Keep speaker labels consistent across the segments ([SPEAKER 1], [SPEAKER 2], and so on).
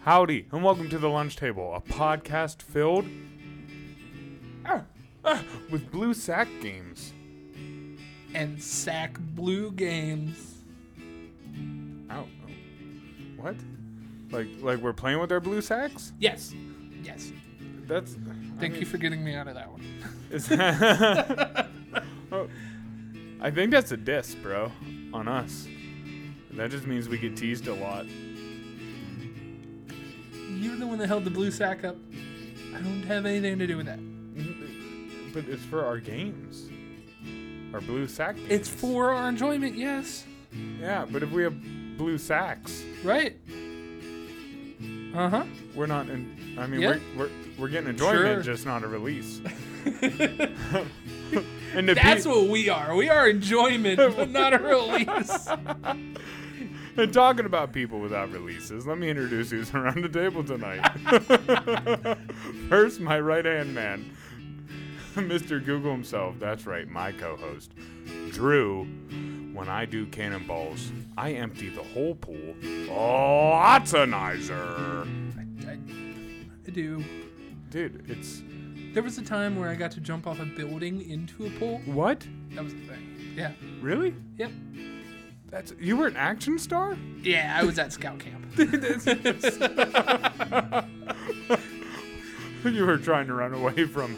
[SPEAKER 1] Howdy, and welcome to The Lunch Table, a podcast filled ah, ah, with blue sack games.
[SPEAKER 2] and sack blue games.
[SPEAKER 1] Ow. oh. What? Like, like we're playing with our blue sacks?
[SPEAKER 2] Yes. Yes.
[SPEAKER 1] That's.
[SPEAKER 2] Thank you for getting me out of that one.
[SPEAKER 1] Is that- Oh, I think that's a diss, bro, on us. That just means we get teased a lot.
[SPEAKER 2] You're the one that held the blue sack up. I don't have anything to do with that.
[SPEAKER 1] But it's for our games. Our blue sack games.
[SPEAKER 2] It's for our enjoyment, yes.
[SPEAKER 1] Yeah, but if we have blue sacks,
[SPEAKER 2] Right? Uh huh.
[SPEAKER 1] we're not in. I mean,
[SPEAKER 2] Yeah.
[SPEAKER 1] we're, we're we're getting enjoyment,
[SPEAKER 2] Sure.
[SPEAKER 1] just not a release. and to
[SPEAKER 2] That's
[SPEAKER 1] be-
[SPEAKER 2] what we are. We are enjoyment, but not a release.
[SPEAKER 1] and talking about people without releases, let me introduce who's around the table tonight. First, my right hand man, Mr. Google himself. That's right, my co-host, Drew. When I do cannonballs, I empty the whole pool. Lotsonizer.
[SPEAKER 2] I, I do.
[SPEAKER 1] Dude, it's
[SPEAKER 2] There was a time where I got to jump off a building into a pool.
[SPEAKER 1] what?
[SPEAKER 2] That was the thing. Yeah.
[SPEAKER 1] Really?
[SPEAKER 2] Yep.
[SPEAKER 1] That's you were an action star?
[SPEAKER 2] Yeah, I was at scout camp.
[SPEAKER 1] You were trying to run away from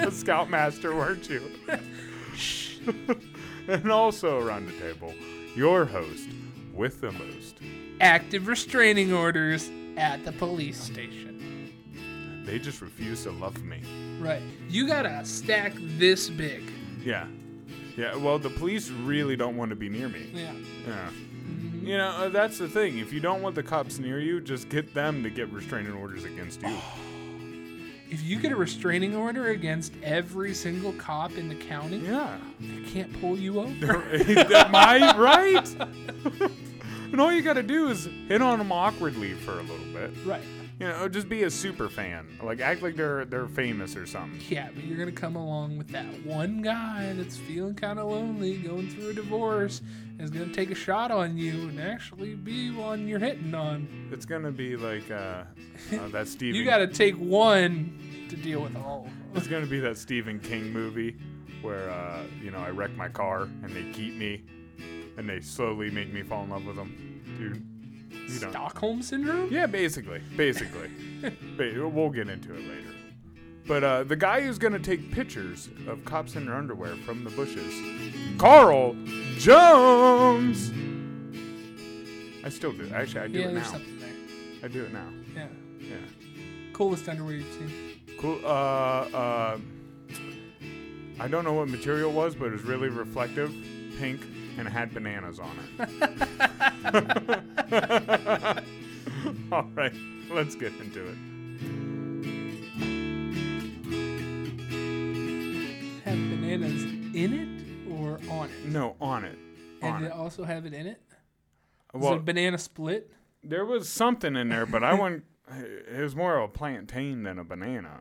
[SPEAKER 1] a scoutmaster, weren't you? and also around the table, your host with the most.
[SPEAKER 2] Active restraining orders at the police station.
[SPEAKER 1] They just refuse to love me.
[SPEAKER 2] Right. You got a stack this big.
[SPEAKER 1] Yeah. Yeah, well, the police really don't want to be near me.
[SPEAKER 2] Yeah.
[SPEAKER 1] Yeah. You know, uh, that's the thing. If you don't want the cops near you, just get them to get restraining orders against you.
[SPEAKER 2] If you get a restraining order against every single cop in the county,
[SPEAKER 1] Yeah.
[SPEAKER 2] they can't pull you over.
[SPEAKER 1] Am I right? and all you got to do is hit on them awkwardly for a little bit.
[SPEAKER 2] Right.
[SPEAKER 1] You know, just be a super fan. Like act like they're they're famous or something.
[SPEAKER 2] Yeah, but you're gonna come along with that one guy that's feeling kind of lonely, going through a divorce, and is gonna take a shot on you and actually be one you're hitting on.
[SPEAKER 1] It's gonna be like uh, uh that Stephen.
[SPEAKER 2] You gotta take one to deal with all. of them.
[SPEAKER 1] It's gonna be that Stephen King movie where uh, you know I wreck my car and they keep me, and they slowly make me fall in love with them, dude. You don't.
[SPEAKER 2] Stockholm syndrome.
[SPEAKER 1] Yeah, basically, basically. Ba- we'll get into it later. But uh, the guy who's gonna take pictures of cops in their underwear from the bushes, Carl Jones. I still do. Actually, I do
[SPEAKER 2] Yeah,
[SPEAKER 1] it
[SPEAKER 2] there's
[SPEAKER 1] now.
[SPEAKER 2] something there.
[SPEAKER 1] I do it now.
[SPEAKER 2] Yeah.
[SPEAKER 1] Yeah.
[SPEAKER 2] Coolest underwear you've seen.
[SPEAKER 1] Cool. Uh, uh, I don't know what material it was, but it was really reflective, pink, and it had bananas on it. All right, let's get into it.
[SPEAKER 2] Have bananas in it or on it?
[SPEAKER 1] No, on it.
[SPEAKER 2] And
[SPEAKER 1] Mm. On
[SPEAKER 2] they
[SPEAKER 1] it.
[SPEAKER 2] also have it in it? Is it
[SPEAKER 1] Well,
[SPEAKER 2] a banana split?
[SPEAKER 1] there was something in there, but I wouldn't. It was more of a plantain than a banana.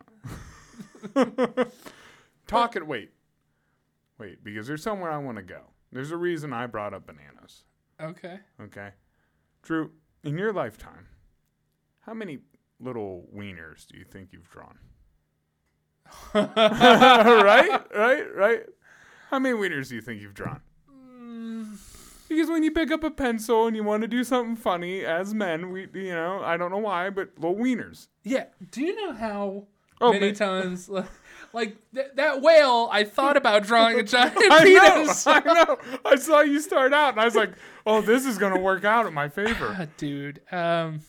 [SPEAKER 1] Talk it. Wait, wait, because there's somewhere I want to go. There's a reason I brought up bananas.
[SPEAKER 2] Okay.
[SPEAKER 1] Okay. Drew, in your lifetime, how many little wieners do you think you've drawn? right? Right? Right? How many wieners do you think you've drawn? Mm, Because when you pick up a pencil and you want to do something funny as men, we, you know, I don't know why, but little wieners.
[SPEAKER 2] Yeah. Do you know how
[SPEAKER 1] Oh,
[SPEAKER 2] many
[SPEAKER 1] man.
[SPEAKER 2] times, like th- that whale, I thought about drawing a giant
[SPEAKER 1] I know,
[SPEAKER 2] penis.
[SPEAKER 1] I know. I saw you start out, and I was like, "Oh, this is gonna work out in my favor."
[SPEAKER 2] Ah, dude. Um,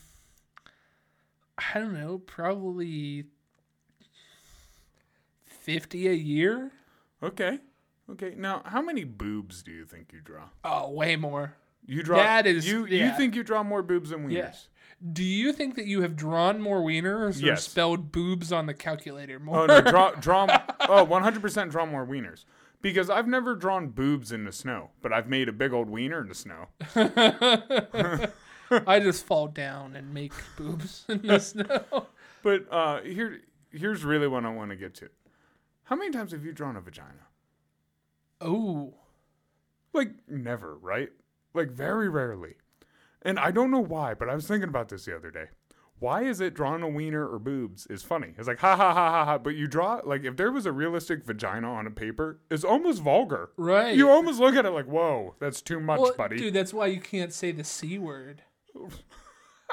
[SPEAKER 2] I don't know. Probably 50 a year?
[SPEAKER 1] Okay, okay. Now, how many boobs do you think you draw?
[SPEAKER 2] Oh, way more.
[SPEAKER 1] You draw
[SPEAKER 2] That is-
[SPEAKER 1] you. You
[SPEAKER 2] yeah.
[SPEAKER 1] think you draw more boobs than wieners?
[SPEAKER 2] Yes. Do you think that you have drawn more wieners or
[SPEAKER 1] Yes.
[SPEAKER 2] spelled boobs on the calculator more?
[SPEAKER 1] Oh no, draw draw. oh, one hundred percent draw more wieners because I've never drawn boobs in the snow, but I've made a big old wiener in the snow.
[SPEAKER 2] I just fall down and make boobs in the snow.
[SPEAKER 1] But uh, here here's really what I want to get to. How many times have you drawn a vagina?
[SPEAKER 2] Oh,
[SPEAKER 1] Like never, right? Like very rarely. And I don't know why, but I was thinking about this the other day. why is it drawing a wiener or boobs is funny. It's like ha ha ha ha ha. But you draw like if there was a realistic vagina on a paper, it's almost vulgar.
[SPEAKER 2] Right.
[SPEAKER 1] You almost look at it like, whoa, that's too much,
[SPEAKER 2] Well,
[SPEAKER 1] buddy.
[SPEAKER 2] Dude, that's why you can't say the C word.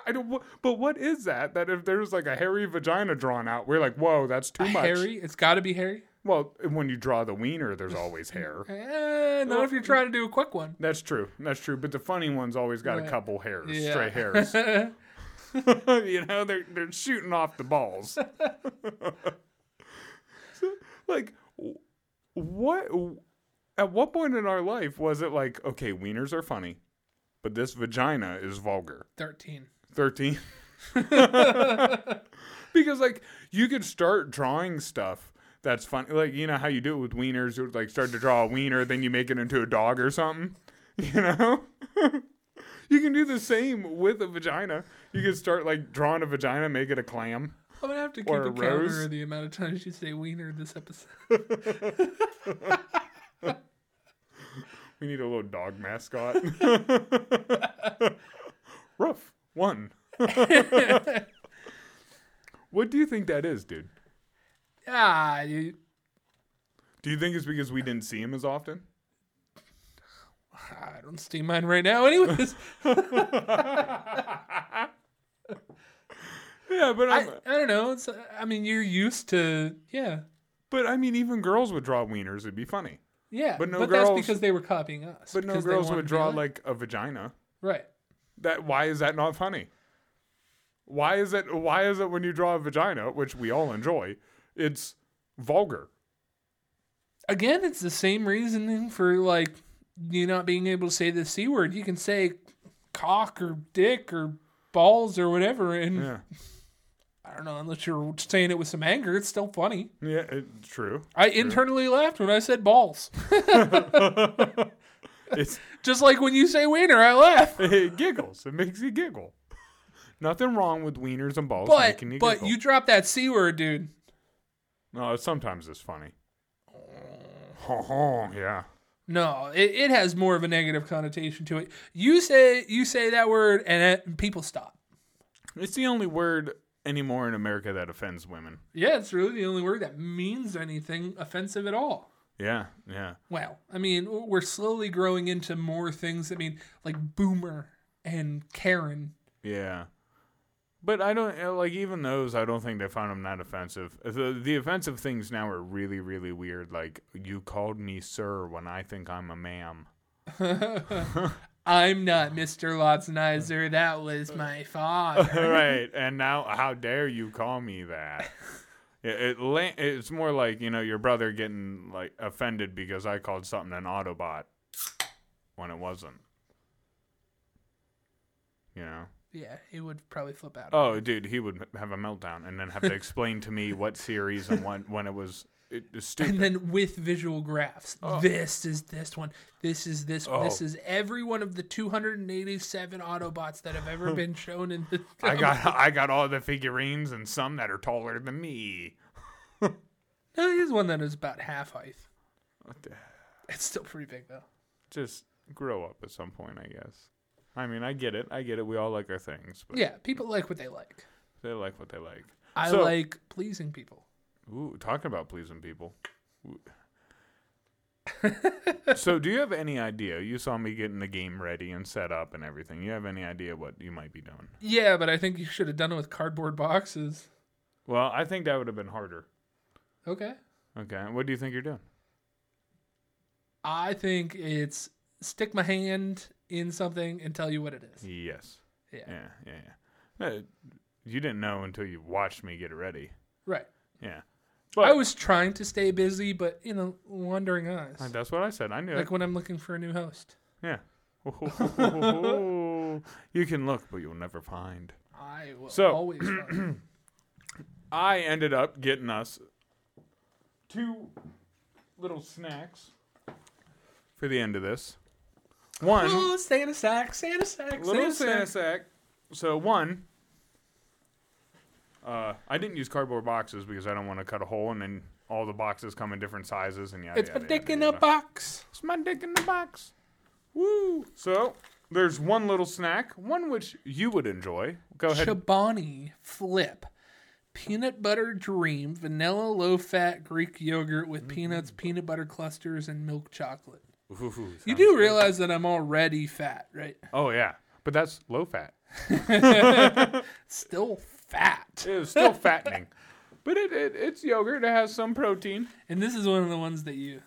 [SPEAKER 1] I don't. wha- But what is that? That if there's like a hairy vagina drawn out, we're like, whoa, that's too much.
[SPEAKER 2] Harry? It's got to be Harry?
[SPEAKER 1] Well, when you draw the wiener, there's always hair.
[SPEAKER 2] Eh, not if you're trying to do a quick one.
[SPEAKER 1] That's true. That's true. But the funny one's always got a
[SPEAKER 2] Right.
[SPEAKER 1] couple hairs,
[SPEAKER 2] Yeah.
[SPEAKER 1] stray hairs. you know, they're they're shooting off the balls. So, like, w- what? At what point in our life was it like, okay, wieners are funny, but this vagina is vulgar?
[SPEAKER 2] 13.
[SPEAKER 1] 13 because like you could start drawing stuff that's funny like you know how you do it with wieners you would, like start to draw a wiener then you make it into a dog or something you know you can do the same with a vagina you can start like drawing a vagina make it a clam
[SPEAKER 2] I'm going to have to keep
[SPEAKER 1] Or
[SPEAKER 2] a,
[SPEAKER 1] a
[SPEAKER 2] counter
[SPEAKER 1] rose.
[SPEAKER 2] of the amount of times you say wiener this episode.
[SPEAKER 1] we need a little dog mascot rough one what do you think that is dude
[SPEAKER 2] ah, you,
[SPEAKER 1] do you think it's because we didn't see him as often
[SPEAKER 2] I don't see mine right now, anyways.
[SPEAKER 1] yeah but
[SPEAKER 2] I,
[SPEAKER 1] I'm,
[SPEAKER 2] I don't know. It's, I mean, you're used to, yeah.
[SPEAKER 1] But I mean, even girls would draw wieners. It'd be funny.
[SPEAKER 2] Yeah.
[SPEAKER 1] But no
[SPEAKER 2] that's
[SPEAKER 1] girls-
[SPEAKER 2] because they were copying us.
[SPEAKER 1] But no
[SPEAKER 2] because they
[SPEAKER 1] girls
[SPEAKER 2] wanted
[SPEAKER 1] would
[SPEAKER 2] to be
[SPEAKER 1] draw like a vagina.
[SPEAKER 2] Right.
[SPEAKER 1] That why is that not funny? Why is it? Why is it when you draw a vagina, which we all enjoy, it's vulgar?
[SPEAKER 2] Again, it's the same reasoning for like you not being able to say the c word. You can say cock or dick or balls or whatever, and
[SPEAKER 1] Yeah,
[SPEAKER 2] I don't know unless you're saying it with some anger. It's still funny.
[SPEAKER 1] yeah, it's true.
[SPEAKER 2] I internally laughed when I said balls,
[SPEAKER 1] It's
[SPEAKER 2] just like when you say wiener, I laugh.
[SPEAKER 1] it giggles. It makes you giggle. Nothing wrong with wieners and balls
[SPEAKER 2] But
[SPEAKER 1] making you
[SPEAKER 2] but
[SPEAKER 1] giggle.
[SPEAKER 2] you drop that c word, dude.
[SPEAKER 1] no, sometimes it's funny. Oh, yeah.
[SPEAKER 2] No, it, it has more of a negative connotation to it. You say you say that word, and it, people stop.
[SPEAKER 1] It's the only word anymore in America that offends women.
[SPEAKER 2] Yeah, it's really the only word that means anything offensive at all.
[SPEAKER 1] Yeah, yeah.
[SPEAKER 2] Well, I mean, we're slowly growing into more things. I mean, like boomer and Karen.
[SPEAKER 1] Yeah. But I don't uh, like even those. I don't think they found them that offensive. The, the offensive things now are really, really weird. Like you called me sir when I think I'm a ma'am.
[SPEAKER 2] I'm not Mr. Lotznizer. That was my father.
[SPEAKER 1] right, and now how dare you call me that? It, it la- it's more like you know your brother getting like offended because I called something an Autobot when it wasn't. You know.
[SPEAKER 2] yeah, he would probably flip out.
[SPEAKER 1] Oh, dude, he would have a meltdown and then have to explain to me what series and what when it was. It, it's stupid.
[SPEAKER 2] And then with visual graphs, this is this one, this is this one, this
[SPEAKER 1] Oh.
[SPEAKER 2] is every one of the 287 Autobots that have ever been shown in the.
[SPEAKER 1] I got I got all the figurines and some that are taller than me.
[SPEAKER 2] No, he's one that is about half height.
[SPEAKER 1] What the-
[SPEAKER 2] It's still pretty big though.
[SPEAKER 1] Just grow up at some point, I guess. I mean, I get it. I get it. We all like our things, but
[SPEAKER 2] Yeah, people like what they like.
[SPEAKER 1] they like what they like.
[SPEAKER 2] I
[SPEAKER 1] So-
[SPEAKER 2] like pleasing people.
[SPEAKER 1] Ooh, talking about pleasing people. Ooh. so, do you have any idea? You saw me getting the game ready and set up and everything. You have any idea what you might be doing?
[SPEAKER 2] Yeah, but I think you should have done it with cardboard boxes.
[SPEAKER 1] Well, I think that would have been harder.
[SPEAKER 2] Okay.
[SPEAKER 1] Okay, what do you think you're doing?
[SPEAKER 2] I think it's stick my hand in something and tell you what it is.
[SPEAKER 1] Yes.
[SPEAKER 2] Yeah.
[SPEAKER 1] Yeah. Yeah. yeah. Uh, you didn't know until you watched me get it ready.
[SPEAKER 2] Right.
[SPEAKER 1] Yeah.
[SPEAKER 2] I
[SPEAKER 1] But
[SPEAKER 2] was trying to stay busy, but you know, wandering eyes.
[SPEAKER 1] that's what I said. I knew
[SPEAKER 2] Like when I'm looking for a new host.
[SPEAKER 1] it. Yeah. you can look, but you'll never find.
[SPEAKER 2] I will
[SPEAKER 1] So-
[SPEAKER 2] always find-
[SPEAKER 1] I ended up getting us two little snacks for the end of this. One
[SPEAKER 2] Oh, Santa sack, Santa sack,
[SPEAKER 1] little
[SPEAKER 2] Santa
[SPEAKER 1] Santa
[SPEAKER 2] sack.
[SPEAKER 1] sack. So one, uh, I didn't use cardboard boxes because I don't want to cut a hole and then all the boxes come in different sizes and yada.
[SPEAKER 2] It's
[SPEAKER 1] yada,
[SPEAKER 2] my dick
[SPEAKER 1] yada,
[SPEAKER 2] in a
[SPEAKER 1] yada.
[SPEAKER 2] box.
[SPEAKER 1] It's my dick in the box. Woo! So There's one little snack, one which you would enjoy. Go ahead.
[SPEAKER 2] Chobani Flip. Peanut butter dream, vanilla low fat Greek yogurt with
[SPEAKER 1] Mm.
[SPEAKER 2] peanuts, peanut butter clusters, and milk chocolate.
[SPEAKER 1] Ooh,
[SPEAKER 2] You
[SPEAKER 1] sounds-
[SPEAKER 2] do realize that I'm already fat, right?
[SPEAKER 1] Oh yeah, but that's low fat.
[SPEAKER 2] Still fat.
[SPEAKER 1] It's still fattening, but it, it it's yogurt. It has some protein.
[SPEAKER 2] And this is one of the ones that you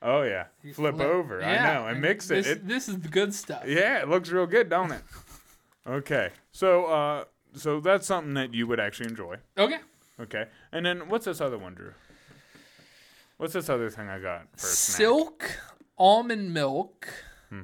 [SPEAKER 1] Oh yeah, flip, over. I
[SPEAKER 2] Yeah,
[SPEAKER 1] know. I mix it.
[SPEAKER 2] This,
[SPEAKER 1] it.
[SPEAKER 2] this is the good stuff.
[SPEAKER 1] Yeah, it looks real good, don't it? Okay, so uh, so that's something that you would actually enjoy.
[SPEAKER 2] Okay.
[SPEAKER 1] Okay, and then what's this other one, Drew? What's this other thing I got for a snack?
[SPEAKER 2] Silk almond milk
[SPEAKER 1] So,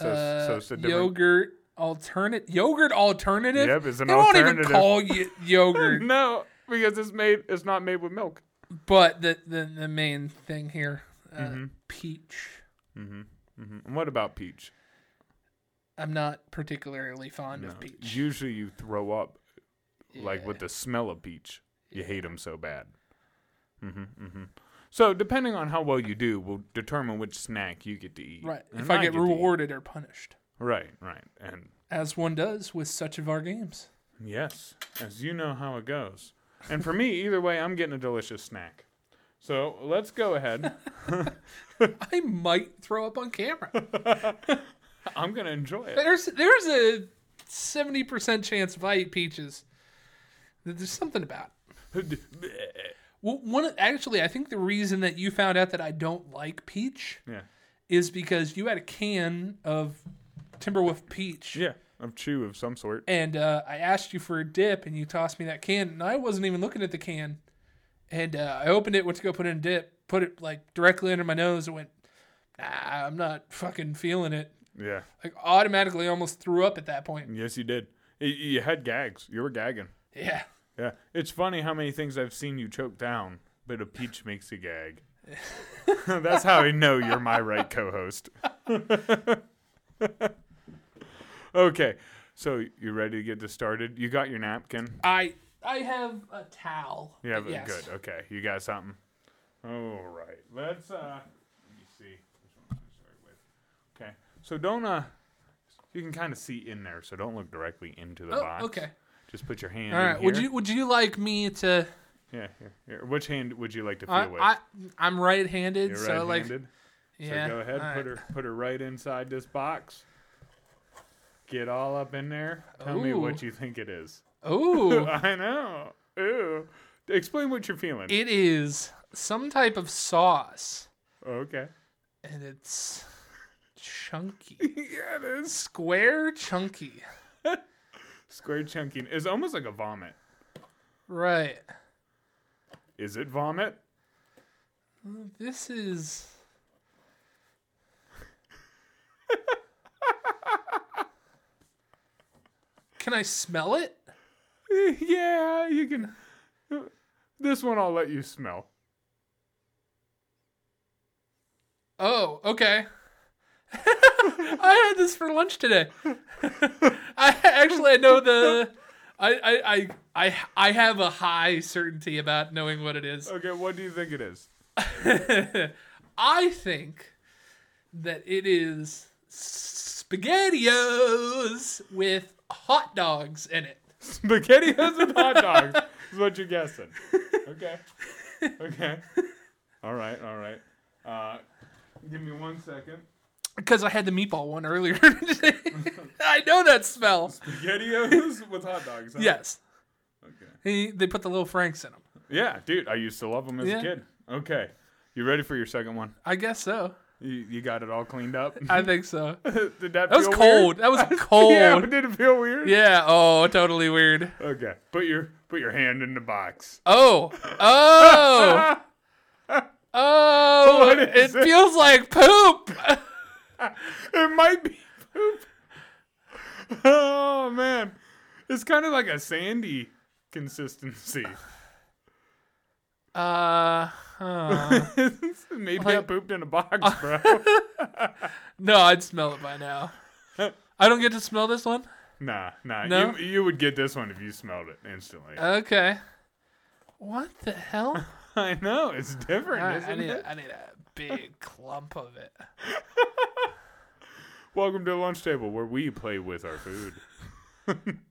[SPEAKER 2] uh,
[SPEAKER 1] so it's a different.
[SPEAKER 2] yogurt alternate yogurt alternative.
[SPEAKER 1] Yep, it's an
[SPEAKER 2] they won't even
[SPEAKER 1] alternative.
[SPEAKER 2] call you yogurt.
[SPEAKER 1] No, because it's made. It's not made with milk.
[SPEAKER 2] But the, the the main thing here, uh,
[SPEAKER 1] Mm-hmm.
[SPEAKER 2] peach.
[SPEAKER 1] And what about peach?
[SPEAKER 2] I'm not particularly fond of peach.
[SPEAKER 1] Usually, you throw up like with the smell of peach. You hate 'em hate them so bad. hmm hmm So depending on how well you do, will determine which snack you get to eat.
[SPEAKER 2] Right.
[SPEAKER 1] And
[SPEAKER 2] if I get,
[SPEAKER 1] to eat.
[SPEAKER 2] rewarded or punished,
[SPEAKER 1] Right. Right. And
[SPEAKER 2] as one does with such of our games.
[SPEAKER 1] Yes, as you know how it goes. And for me, either way, I'm getting a delicious snack. So let's go ahead.
[SPEAKER 2] I might throw up on camera.
[SPEAKER 1] I'm gonna enjoy it.
[SPEAKER 2] There's there's a seventy percent chance if I eat peaches that there's something about. It. Well, one actually, I think the reason that you found out that I don't like peach
[SPEAKER 1] yeah,
[SPEAKER 2] is because you had a can of Timberwolf peach,
[SPEAKER 1] yeah, of chew of some sort.
[SPEAKER 2] and uh, I asked you for a dip, and you tossed me that can, and I wasn't even looking at the can, and uh, I opened it, went to go put in a dip, put it like directly under my nose, and went, Nah, I'm not fucking feeling it.
[SPEAKER 1] Yeah,
[SPEAKER 2] Like automatically, almost threw up at that point.
[SPEAKER 1] yes, you did. Y- You had gags. You were gagging.
[SPEAKER 2] Yeah.
[SPEAKER 1] Yeah, it's funny how many things I've seen you choke down, but a peach makes you gag. That's how I know you're my right co-host. okay, so you ready to get this started? You got your napkin.
[SPEAKER 2] I I have a towel.
[SPEAKER 1] Yeah,
[SPEAKER 2] but
[SPEAKER 1] but
[SPEAKER 2] yes.
[SPEAKER 1] good. Okay, you got something. All right, let's uh, let me see. Which one should I start with? Okay, so don't uh, you can kind of see in there, so don't look directly into the
[SPEAKER 2] Oh,
[SPEAKER 1] box.
[SPEAKER 2] okay.
[SPEAKER 1] Just put your hand.
[SPEAKER 2] All
[SPEAKER 1] in
[SPEAKER 2] right. Would
[SPEAKER 1] here.
[SPEAKER 2] you would you like me to?
[SPEAKER 1] Yeah. Here, here. Which hand would you like to feel
[SPEAKER 2] I,
[SPEAKER 1] with?
[SPEAKER 2] I I'm right-handed,
[SPEAKER 1] You're
[SPEAKER 2] so like
[SPEAKER 1] right-handed.
[SPEAKER 2] yeah.
[SPEAKER 1] so go ahead,
[SPEAKER 2] all
[SPEAKER 1] put her put her right inside this box. Get all up in there. Tell me what
[SPEAKER 2] Ooh.
[SPEAKER 1] you think it is.
[SPEAKER 2] Ooh,
[SPEAKER 1] I know. Ooh. Explain what you're feeling.
[SPEAKER 2] it is some type of sauce,
[SPEAKER 1] okay.
[SPEAKER 2] and it's chunky,
[SPEAKER 1] yeah, it is.
[SPEAKER 2] square chunky,
[SPEAKER 1] Square chunking is almost like a vomit.
[SPEAKER 2] right?
[SPEAKER 1] Is it vomit?
[SPEAKER 2] This is. Can I smell it?
[SPEAKER 1] yeah, you can. This one I'll let you smell.
[SPEAKER 2] Oh, okay. I had this for lunch today. I actually know the. I, I I I I have a high certainty about knowing what it is.
[SPEAKER 1] Okay, what do you think it is?
[SPEAKER 2] I think that it is spaghettios with hot dogs in it.
[SPEAKER 1] Spaghettios and hot dogs is what you're guessing. Okay. Okay. All right, all right. Uh, give me one second.
[SPEAKER 2] Because I had the meatball one earlier today. I know that smell.
[SPEAKER 1] Spaghettios with hot dogs. Huh?
[SPEAKER 2] Yes.
[SPEAKER 1] Okay.
[SPEAKER 2] He, they put the little franks in them.
[SPEAKER 1] Yeah, dude, I used to love them as
[SPEAKER 2] Yeah.
[SPEAKER 1] a kid. Okay. You ready for your second one?
[SPEAKER 2] I guess so.
[SPEAKER 1] You, you got it all cleaned up?
[SPEAKER 2] I think so. That
[SPEAKER 1] Did that
[SPEAKER 2] was
[SPEAKER 1] feel
[SPEAKER 2] cold.
[SPEAKER 1] weird?
[SPEAKER 2] That was cold.
[SPEAKER 1] Yeah, but did it feel weird?
[SPEAKER 2] Yeah. Oh, totally weird.
[SPEAKER 1] Okay. Put your put your hand in the box.
[SPEAKER 2] Oh. Oh.
[SPEAKER 1] Ah,
[SPEAKER 2] Oh.
[SPEAKER 1] What
[SPEAKER 2] It
[SPEAKER 1] is it?
[SPEAKER 2] feels like poop.
[SPEAKER 1] it might be poop. Oh man. It's kind of like a sandy consistency.
[SPEAKER 2] Uh. huh.
[SPEAKER 1] Maybe I
[SPEAKER 2] Like-
[SPEAKER 1] pooped in a box, bro.
[SPEAKER 2] No, I'd smell it by now. I don't get to smell this one.
[SPEAKER 1] nah, nah.
[SPEAKER 2] No? Uh,
[SPEAKER 1] You, you would get this one if you smelled it instantly.
[SPEAKER 2] Okay. What the hell?
[SPEAKER 1] I know it's different,
[SPEAKER 2] I,
[SPEAKER 1] isn't
[SPEAKER 2] I need.
[SPEAKER 1] it?
[SPEAKER 2] A, I need a big clump of it.
[SPEAKER 1] Welcome to the lunch table where we play with our food.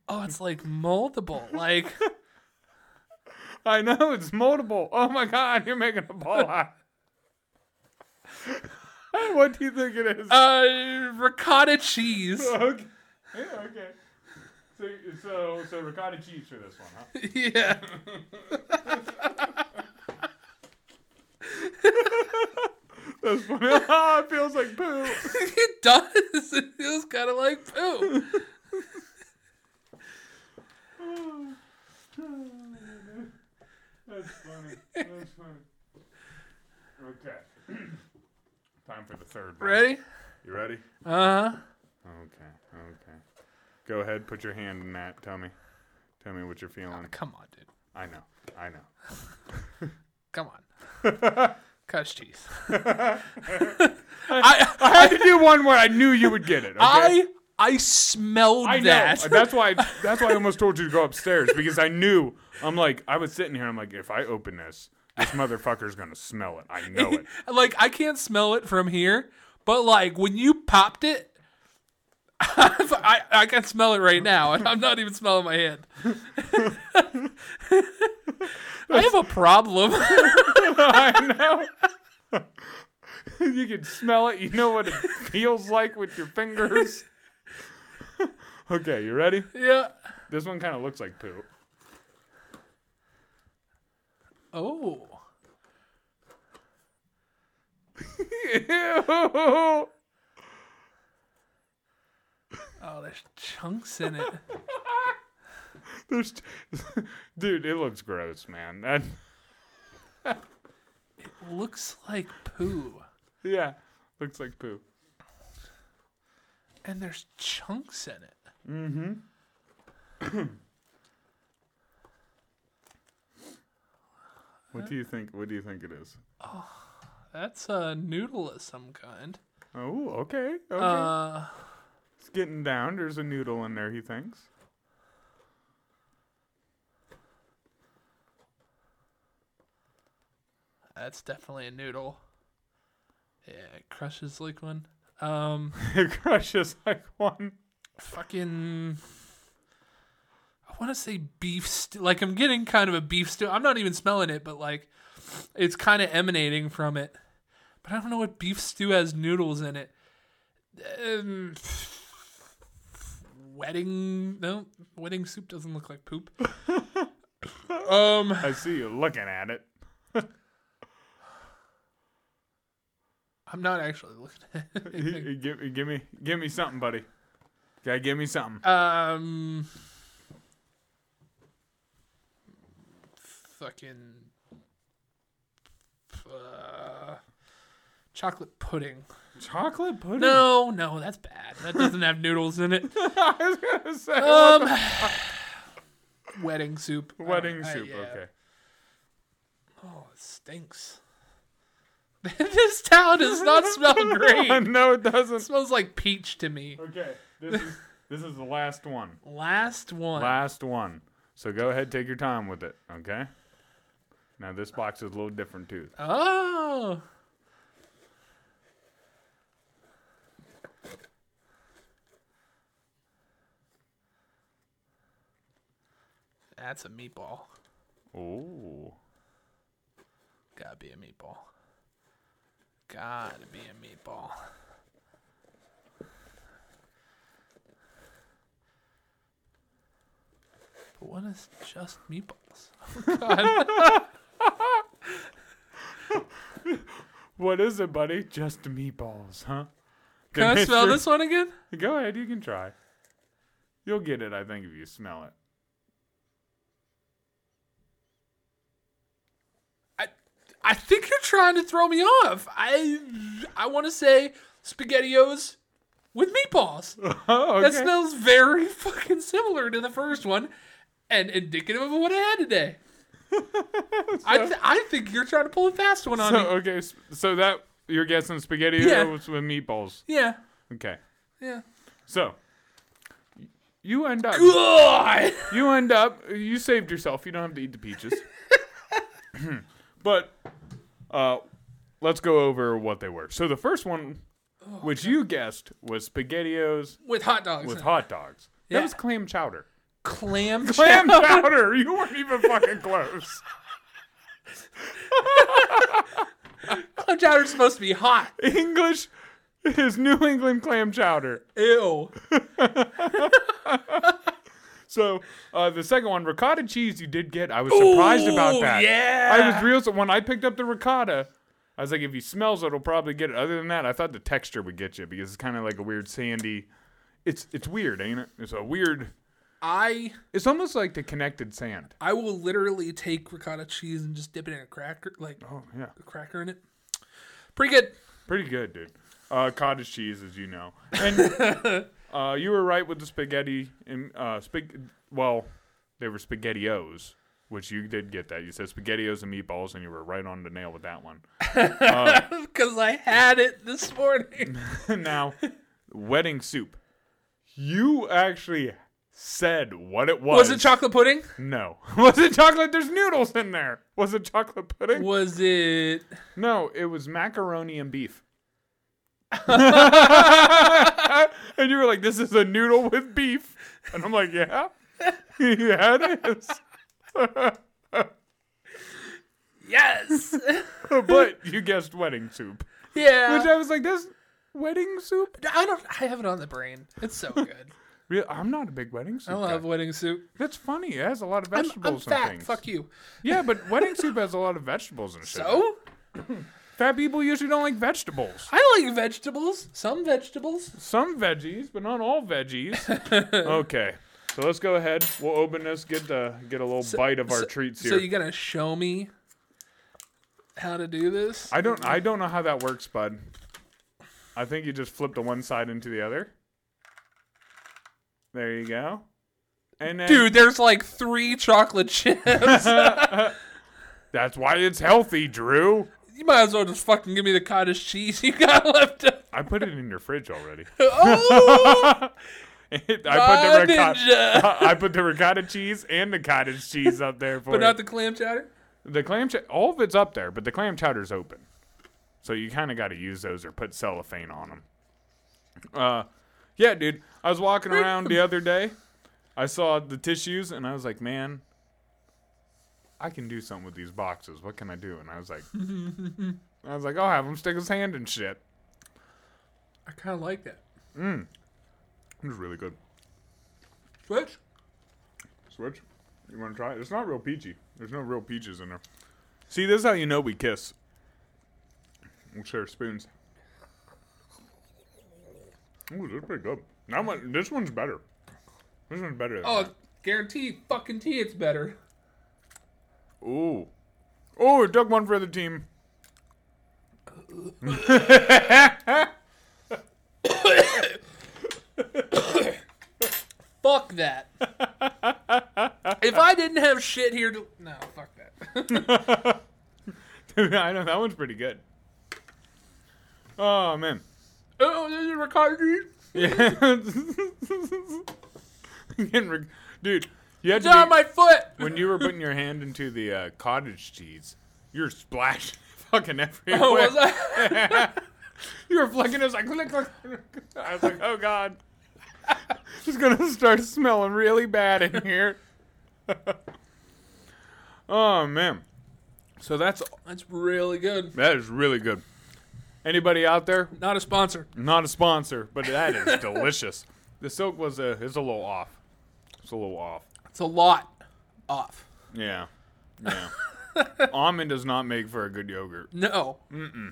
[SPEAKER 2] Oh, it's like moldable. Like
[SPEAKER 1] I know it's moldable. Oh my god, you're making a ball what do you think it is?
[SPEAKER 2] uh ricotta cheese.
[SPEAKER 1] okay. Yeah, okay. So, so, so ricotta cheese for this one, huh?
[SPEAKER 2] yeah.
[SPEAKER 1] That's funny. Ah, it feels like poo.
[SPEAKER 2] it does. It feels kind of like poo.
[SPEAKER 1] That's funny. That's funny. Okay. Time for the third one.
[SPEAKER 2] Ready?
[SPEAKER 1] You ready?
[SPEAKER 2] Uh huh.
[SPEAKER 1] Okay. Okay. Go ahead. Put your hand in that. Tell me. Tell me what you're feeling.
[SPEAKER 2] Come on, dude.
[SPEAKER 1] I know. I know.
[SPEAKER 2] Come on. Cottage cheese. I,
[SPEAKER 1] I had to do one where I knew you would get it. Okay?
[SPEAKER 2] I I smelled
[SPEAKER 1] I know.
[SPEAKER 2] that.
[SPEAKER 1] That's why. That's why I almost told you to go upstairs because I knew. I'm like, I was sitting here. I'm like, if I open this, this motherfucker's gonna smell it. I know it.
[SPEAKER 2] like I can't smell it from here, but like when you popped it, I I can smell it right now, and I'm not even smelling my hand. I have a problem.
[SPEAKER 1] I know. you can smell it. You know what it feels like with your fingers. okay, you ready?
[SPEAKER 2] yeah.
[SPEAKER 1] This one kind of looks like poo.
[SPEAKER 2] Oh.
[SPEAKER 1] Ew.
[SPEAKER 2] Oh, there's chunks in it.
[SPEAKER 1] There's, dude, it looks gross, man. That,
[SPEAKER 2] Looks like poo,
[SPEAKER 1] yeah, looks like poo.
[SPEAKER 2] and there's chunks in it.
[SPEAKER 1] What do you think? What do you think it is?
[SPEAKER 2] That's a noodle of some kind.
[SPEAKER 1] Oh, okay. Okay.
[SPEAKER 2] Uh,
[SPEAKER 1] it's getting down. There's a noodle in there, he thinks.
[SPEAKER 2] that's definitely a noodle. Yeah, it crushes like one. Um.
[SPEAKER 1] it crushes like one.
[SPEAKER 2] fucking I want to say beef stew. Like I'm getting kind of a beef stew. I'm not even smelling it, but like it's kind of emanating from it. But I don't know what beef stew has noodles in it. Um, wedding no wedding soup doesn't look like poop. um,
[SPEAKER 1] I see you looking at it.
[SPEAKER 2] I'm not actually looking at anything.
[SPEAKER 1] give, give me, give me something, buddy. Gotta give me something.
[SPEAKER 2] Um, fucking uh, chocolate pudding.
[SPEAKER 1] Chocolate pudding.
[SPEAKER 2] No, no, that's bad. That doesn't have noodles in it.
[SPEAKER 1] I was gonna say what
[SPEAKER 2] Um, wedding soup.
[SPEAKER 1] the-
[SPEAKER 2] I don't-
[SPEAKER 1] wedding
[SPEAKER 2] I-
[SPEAKER 1] soup.
[SPEAKER 2] Uh, yeah.
[SPEAKER 1] Okay.
[SPEAKER 2] Oh, it stinks. this town does not smell great. It
[SPEAKER 1] no, it doesn't.
[SPEAKER 2] smells like peach to me.
[SPEAKER 1] Okay. This is this is the last one.
[SPEAKER 2] Last one.
[SPEAKER 1] Last one. So go ahead, take your time with it. Okay. Now this box is a little different too.
[SPEAKER 2] Oh. That's a meatball.
[SPEAKER 1] Ooh.
[SPEAKER 2] Gotta be a meatball. Gotta be a meatball. But what is just meatballs?
[SPEAKER 1] What is it, buddy? Just meatballs, huh?
[SPEAKER 2] Can I smell this one again?
[SPEAKER 1] Go ahead, you can try. You'll get it, I think, if you smell it.
[SPEAKER 2] I, I think you're trying to throw me off. I, I want to say spaghettios with meatballs.
[SPEAKER 1] Oh,
[SPEAKER 2] That
[SPEAKER 1] okay.
[SPEAKER 2] smells very fucking similar to the first one, and indicative of what I had today. I, th- I think you're trying to pull a fast one on
[SPEAKER 1] so,
[SPEAKER 2] me.
[SPEAKER 1] okay, s- so that you're guessing spaghetti
[SPEAKER 2] Yeah.
[SPEAKER 1] with meatballs.
[SPEAKER 2] Yeah,
[SPEAKER 1] Okay,
[SPEAKER 2] yeah.
[SPEAKER 1] so y- you end up,
[SPEAKER 2] God,
[SPEAKER 1] you end up, you saved yourself. You don't have to eat the peaches, but uh, let's go over what they were. So the first one
[SPEAKER 2] Oh,
[SPEAKER 1] which you guessed was SpaghettiOs
[SPEAKER 2] with hot dogs.
[SPEAKER 1] with
[SPEAKER 2] in it.
[SPEAKER 1] hot dogs.
[SPEAKER 2] Yeah.
[SPEAKER 1] That was clam chowder.
[SPEAKER 2] clam,
[SPEAKER 1] Clam
[SPEAKER 2] chowder.
[SPEAKER 1] chowder! You weren't even fucking close.
[SPEAKER 2] Clam chowder's supposed to be hot.
[SPEAKER 1] English is New England clam chowder.
[SPEAKER 2] Ew.
[SPEAKER 1] So uh, the second one, ricotta cheese, you did get. I was surprised about
[SPEAKER 2] Ooh,
[SPEAKER 1] that.
[SPEAKER 2] yeah.
[SPEAKER 1] I was real. So when I picked up the ricotta, I was like, if he smells it, he'll probably get it. Other than that, I thought the texture would get you because it's kind of like a weird sandy. It's it's weird, ain't it? It's a weird.
[SPEAKER 2] I
[SPEAKER 1] It's almost like the connected sand.
[SPEAKER 2] I will literally take ricotta cheese and just dip it in a cracker, like
[SPEAKER 1] Oh yeah,
[SPEAKER 2] a cracker in it. Pretty good.
[SPEAKER 1] pretty good, dude. Uh, cottage cheese, as you know, and uh, you were right with the spaghetti and uh, spag. Well, they were spaghettios, which you did get that. You said spaghettios and meatballs, and you were right on the nail with that one.
[SPEAKER 2] Because I had it this morning.
[SPEAKER 1] now, wedding soup. You actually said what it was.
[SPEAKER 2] Was it chocolate pudding?
[SPEAKER 1] No. Was it chocolate? There's noodles in there. Was it chocolate pudding?
[SPEAKER 2] Was it?
[SPEAKER 1] No, it was macaroni and beef. and you were like, this is a noodle with beef. And I'm like, yeah. yeah, it is.
[SPEAKER 2] Yes.
[SPEAKER 1] but you guessed wedding soup.
[SPEAKER 2] yeah.
[SPEAKER 1] Which I was like, this wedding soup?
[SPEAKER 2] I don't. I have it on the brain. It's so good.
[SPEAKER 1] Real I'm not a big wedding soup.
[SPEAKER 2] I
[SPEAKER 1] guy.
[SPEAKER 2] love wedding soup.
[SPEAKER 1] That's funny. It has a lot of
[SPEAKER 2] I'm, I'm
[SPEAKER 1] vegetables
[SPEAKER 2] fat.
[SPEAKER 1] and things.
[SPEAKER 2] Fuck you.
[SPEAKER 1] Yeah, but wedding soup has a lot of vegetables and shit.
[SPEAKER 2] So
[SPEAKER 1] Fat people usually don't like vegetables.
[SPEAKER 2] I like vegetables. Some vegetables.
[SPEAKER 1] Some veggies, but not all veggies. okay. So let's go ahead. We'll open this, get the get a little bite of our treats here.
[SPEAKER 2] So you gotta show me how to do this.
[SPEAKER 1] I don't I don't know how that works, bud. I think you just flip the one side into the other. There you go. And then,
[SPEAKER 2] Dude, there's like three chocolate chips.
[SPEAKER 1] that's why it's healthy, Drew.
[SPEAKER 2] you might as well just fucking give me the cottage cheese you got left. over.
[SPEAKER 1] I put it in your fridge already. I
[SPEAKER 2] Oh,
[SPEAKER 1] put the
[SPEAKER 2] My
[SPEAKER 1] ricotta.
[SPEAKER 2] ninja.
[SPEAKER 1] I put the ricotta cheese and the cottage cheese up there for
[SPEAKER 2] but
[SPEAKER 1] you.
[SPEAKER 2] not the clam chowder.
[SPEAKER 1] The clam chow all of it's up there, but the clam chowder's open, so you kind of got to use those or put cellophane on them. Uh, yeah, dude. I was walking around the other day. I saw the tissues, and I was like, man, I can do something with these boxes. What can I do? And I was like, I was like, I'll have him stick his hand in shit.
[SPEAKER 2] I kind of like that.
[SPEAKER 1] It was really good.
[SPEAKER 2] Switch.
[SPEAKER 1] Switch. You want to try it? It's not real peachy. There's no real peaches in there. See, this is how you know we kiss. We'll share spoons. Ooh, this is pretty good. That one, this one's better. This one's better. Than
[SPEAKER 2] Oh, guarantee, fucking tea, it's better.
[SPEAKER 1] that. Ooh. Oh, it took one for the team.
[SPEAKER 2] Fuck that. if I didn't have shit here to. No, fuck that.
[SPEAKER 1] I know that one's pretty good. Oh man.
[SPEAKER 2] oh, this is Ricardo.
[SPEAKER 1] Yeah. Getting re- Dude, you had
[SPEAKER 2] It's
[SPEAKER 1] to be-
[SPEAKER 2] on my foot.
[SPEAKER 1] when you were putting your hand into the uh, cottage cheese, you were splashing fucking everywhere.
[SPEAKER 2] Oh, was I?
[SPEAKER 1] You were flicking us like click, click, click. I was like, oh god, it's gonna start smelling really bad in here. oh man, so that's
[SPEAKER 2] That's really good.
[SPEAKER 1] that is really good. Anybody out there?
[SPEAKER 2] Not a sponsor.
[SPEAKER 1] Not a sponsor, but that is delicious. The silk was a is a little off. It's a little off.
[SPEAKER 2] It's a lot off.
[SPEAKER 1] Yeah, yeah. Almond does not make for a good yogurt.
[SPEAKER 2] No. Mm-mm.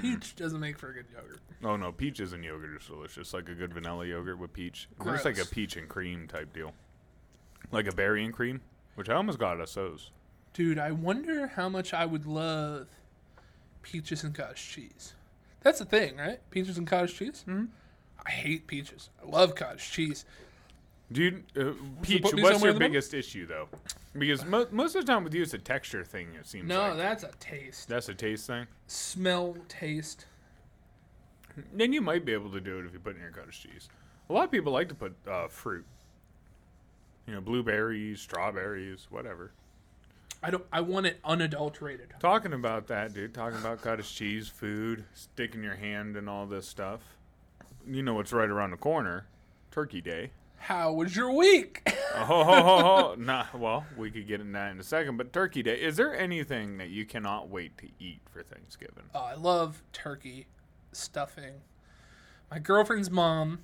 [SPEAKER 2] Peach doesn't make for a good yogurt.
[SPEAKER 1] Oh no, peaches and yogurt is delicious. Like a good vanilla yogurt with peach. It's like a
[SPEAKER 2] Gross.
[SPEAKER 1] peach and cream type deal. Like a berry and cream, which I almost got us those.
[SPEAKER 2] Dude, I wonder how much I would love peaches and cottage cheese. That's the thing, right? Peaches and cottage cheese? Mm-hmm. I hate peaches. I love cottage cheese.
[SPEAKER 1] Dude, uh, peach.
[SPEAKER 2] put me
[SPEAKER 1] What's your
[SPEAKER 2] somewhere in the middle?
[SPEAKER 1] biggest issue though? Because mo- most of the time with you, it's a texture thing. It seems.
[SPEAKER 2] No,
[SPEAKER 1] like.
[SPEAKER 2] that's a taste.
[SPEAKER 1] that's a taste thing.
[SPEAKER 2] Smell, taste.
[SPEAKER 1] Then you might be able to do it if you put it in your cottage cheese. A lot of people like to put uh, fruit. You know, blueberries, strawberries, whatever.
[SPEAKER 2] I don't. I want it unadulterated.
[SPEAKER 1] Talking about that, dude. Talking about cottage cheese, food, sticking your hand and all this stuff. You know what's right around the corner? Turkey Day.
[SPEAKER 2] How was your week?
[SPEAKER 1] Oh, ho, ho, ho, ho. Nah, well, we could get into that in a second. But Turkey Day. Is there anything that you cannot wait to eat for Thanksgiving?
[SPEAKER 2] Oh, I love turkey stuffing. My girlfriend's mom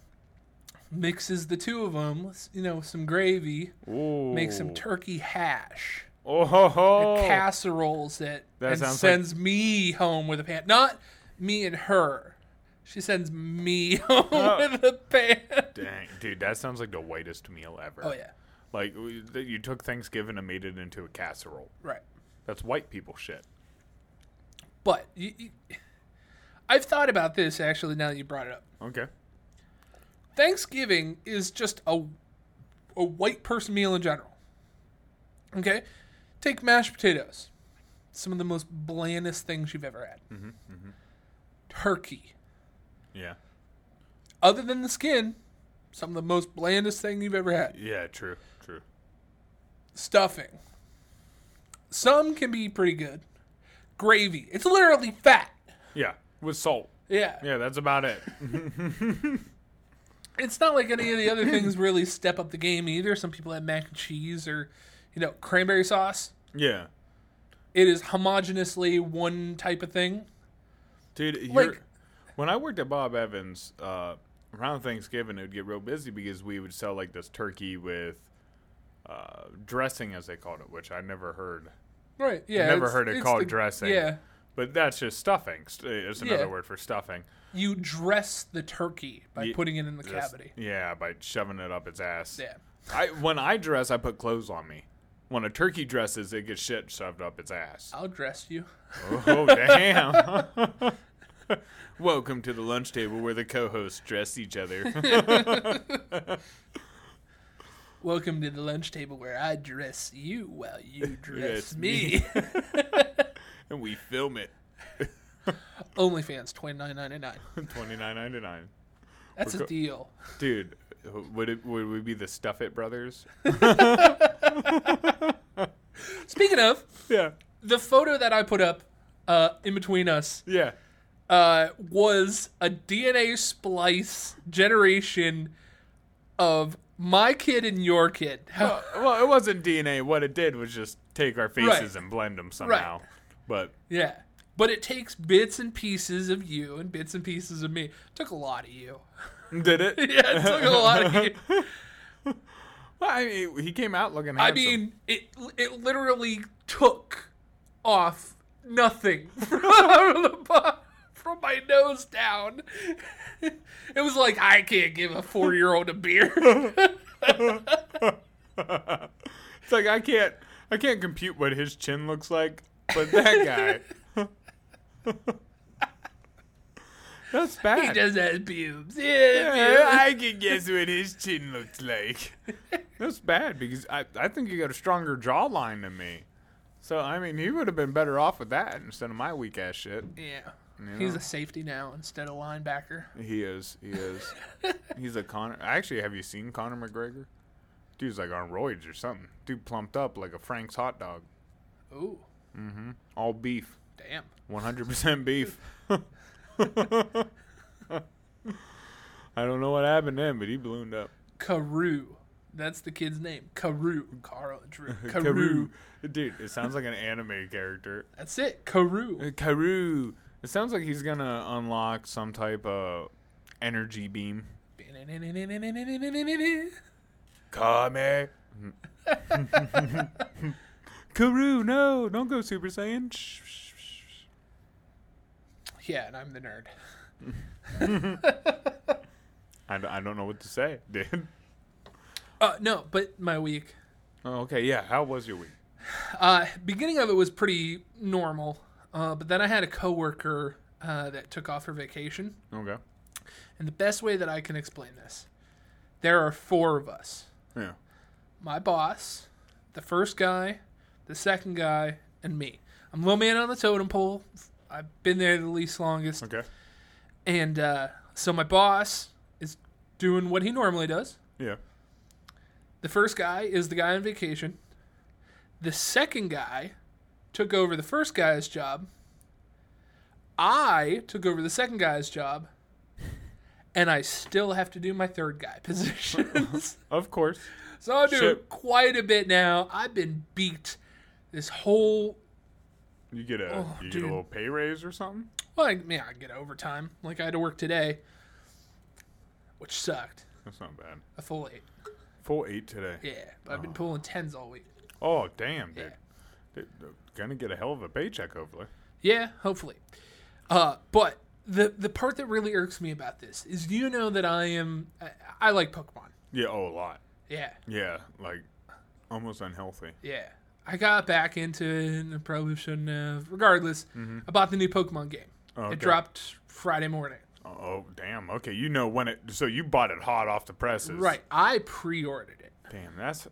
[SPEAKER 2] mixes the two of them with you know some gravy,
[SPEAKER 1] Ooh.
[SPEAKER 2] makes some turkey hash,
[SPEAKER 1] Oh, ho, ho.
[SPEAKER 2] casseroles it,
[SPEAKER 1] That
[SPEAKER 2] and
[SPEAKER 1] sounds like-
[SPEAKER 2] sends me home with a pan. Not me and her. She sends me home
[SPEAKER 1] Oh.
[SPEAKER 2] with a pan.
[SPEAKER 1] Dang, dude, that sounds like the whitest meal ever.
[SPEAKER 2] Oh yeah,
[SPEAKER 1] Like we- that you took Thanksgiving and made it into a casserole.
[SPEAKER 2] right.
[SPEAKER 1] That's white people shit.
[SPEAKER 2] But you, you, I've thought about this actually. Now that you brought it up,
[SPEAKER 1] Okay.
[SPEAKER 2] Thanksgiving is just a a white person meal in general. Okay, take mashed potatoes, some of the most blandest things you've ever had.
[SPEAKER 1] Mm-hmm,
[SPEAKER 2] Turkey,
[SPEAKER 1] Yeah.
[SPEAKER 2] other than the skin, some of the most blandest thing you've ever had.
[SPEAKER 1] Yeah. True. True.
[SPEAKER 2] Stuffing, some can be pretty good. Gravy, it's literally fat.
[SPEAKER 1] Yeah. With salt.
[SPEAKER 2] Yeah,
[SPEAKER 1] Yeah, that's about it.
[SPEAKER 2] it's not like any of the other things really step up the game either. Some people have mac and cheese or, you know, cranberry sauce.
[SPEAKER 1] yeah.
[SPEAKER 2] it is homogeneously one type of thing.
[SPEAKER 1] Dude, you're,
[SPEAKER 2] Like-
[SPEAKER 1] when I worked at Bob Evans, uh, around Thanksgiving, it would get real busy because we would sell like this turkey with uh, dressing, as they called it, which I never heard.
[SPEAKER 2] Right. Yeah.
[SPEAKER 1] never
[SPEAKER 2] it's-
[SPEAKER 1] heard it
[SPEAKER 2] it's
[SPEAKER 1] called
[SPEAKER 2] the-
[SPEAKER 1] dressing.
[SPEAKER 2] Yeah.
[SPEAKER 1] But that's just stuffing. St- It's another
[SPEAKER 2] Yeah.
[SPEAKER 1] word for stuffing.
[SPEAKER 2] You dress the turkey by
[SPEAKER 1] Ye-
[SPEAKER 2] putting it in the
[SPEAKER 1] Just-
[SPEAKER 2] cavity.
[SPEAKER 1] Yeah, by shoving it up its ass.
[SPEAKER 2] Yeah.
[SPEAKER 1] I when I dress, I put clothes on me. When a turkey dresses, it gets shit shoved up its ass.
[SPEAKER 2] I'll dress you.
[SPEAKER 1] Oh damn! Welcome to the lunch table where the co-hosts dress each other.
[SPEAKER 2] Welcome to the lunch table where I dress you while you dress
[SPEAKER 1] Dress
[SPEAKER 2] me.
[SPEAKER 1] and we film it.
[SPEAKER 2] OnlyFans twenty nine ninety nine.
[SPEAKER 1] Twenty nine ninety nine.
[SPEAKER 2] That's
[SPEAKER 1] We're
[SPEAKER 2] a
[SPEAKER 1] go-
[SPEAKER 2] deal.
[SPEAKER 1] Dude, would it would we be the Stuff It Brothers?
[SPEAKER 2] Speaking of
[SPEAKER 1] yeah,
[SPEAKER 2] the photo that I put up uh, in between us
[SPEAKER 1] yeah.
[SPEAKER 2] uh, was a DNA splice generation of my kid and your kid.
[SPEAKER 1] Uh, well, it wasn't DNA. What it did was just take our faces and blend them somehow. But
[SPEAKER 2] Yeah. But it takes bits and pieces of you and bits and pieces of me. took a lot of you.
[SPEAKER 1] did it?
[SPEAKER 2] Yeah, it took a lot of you.
[SPEAKER 1] Well, I mean, he came out looking.
[SPEAKER 2] I
[SPEAKER 1] Handsome.
[SPEAKER 2] mean, it it literally took off nothing from the bo- from my nose down. It was like I can't give a four year old a beer.
[SPEAKER 1] it's like I can't, I can't compute what his chin looks like, but that guy. That's bad.
[SPEAKER 2] he does have pubes. Yeah,
[SPEAKER 1] Yeah,
[SPEAKER 2] pubes.
[SPEAKER 1] I can guess what his chin looks like. That's bad because I, I think you got a stronger jawline than me. So I mean, he would have been better off with that instead of my weak ass shit.
[SPEAKER 2] yeah. He's a safety now instead of linebacker.
[SPEAKER 1] He is. He is. He's a Connor. Actually, have you seen Connor McGregor? Dude's like on roids or something. Dude plumped up like a Frank's hot dog,
[SPEAKER 2] Ooh,
[SPEAKER 1] all beef,
[SPEAKER 2] damn.
[SPEAKER 1] 100% beef. I don't know what happened then, but he ballooned up.
[SPEAKER 2] Carew. That's the kid's name. Carew. Carl and Drew. Carew.
[SPEAKER 1] Dude, it sounds like an anime character.
[SPEAKER 2] That's it. Carew.
[SPEAKER 1] Uh, Karu. It sounds like he's going to unlock some type of energy beam. Kame. Karu, no, don't go Super Saiyan. Shh, shh, shh, shh.
[SPEAKER 2] Yeah, and I'm the nerd.
[SPEAKER 1] I, d- I don't know what to say, dude.
[SPEAKER 2] Uh, no, but my week.
[SPEAKER 1] Oh, okay, yeah. How was your week?
[SPEAKER 2] Uh, beginning of it was pretty normal, uh, but then I had a coworker uh, that took off her vacation.
[SPEAKER 1] Okay.
[SPEAKER 2] And the best way that I can explain this, there are four of us.
[SPEAKER 1] Yeah.
[SPEAKER 2] my boss, the first guy, the second guy, and me. I'm low man on the totem pole. I've been there the least longest.
[SPEAKER 1] Okay.
[SPEAKER 2] And uh, so my boss is doing what he normally does.
[SPEAKER 1] Yeah.
[SPEAKER 2] The first guy is the guy on vacation. The second guy took over the first guy's job. I took over the second guy's job. And I still have to do my third guy positions.
[SPEAKER 1] Of course.
[SPEAKER 2] so I'm doing
[SPEAKER 1] Shit.
[SPEAKER 2] quite a bit now. I've been beat this whole
[SPEAKER 1] You get a
[SPEAKER 2] Oh,
[SPEAKER 1] you get
[SPEAKER 2] dude.
[SPEAKER 1] a little pay raise or something.
[SPEAKER 2] well, I mean I get overtime. Like I had to work today. Which sucked.
[SPEAKER 1] That's not bad.
[SPEAKER 2] A full eight.
[SPEAKER 1] Full eight today.
[SPEAKER 2] Yeah. But I've been pulling tens all week.
[SPEAKER 1] Oh damn, dude.
[SPEAKER 2] Yeah.
[SPEAKER 1] Dude, they're Gonna get a hell of a paycheck, hopefully.
[SPEAKER 2] Yeah, hopefully. Uh, but the the part that really irks me about this is you know that I am I, I like Pokemon.
[SPEAKER 1] Yeah. Oh, a lot.
[SPEAKER 2] Yeah,
[SPEAKER 1] Yeah, like almost unhealthy.
[SPEAKER 2] yeah. I got back into it and I probably shouldn't have. Regardless, I bought the new Pokemon game.
[SPEAKER 1] okay.
[SPEAKER 2] It dropped Friday morning.
[SPEAKER 1] Oh, oh, damn. Okay, you know when it. So you bought it hot off the presses,
[SPEAKER 2] Right. I pre-ordered it.
[SPEAKER 1] Damn, that's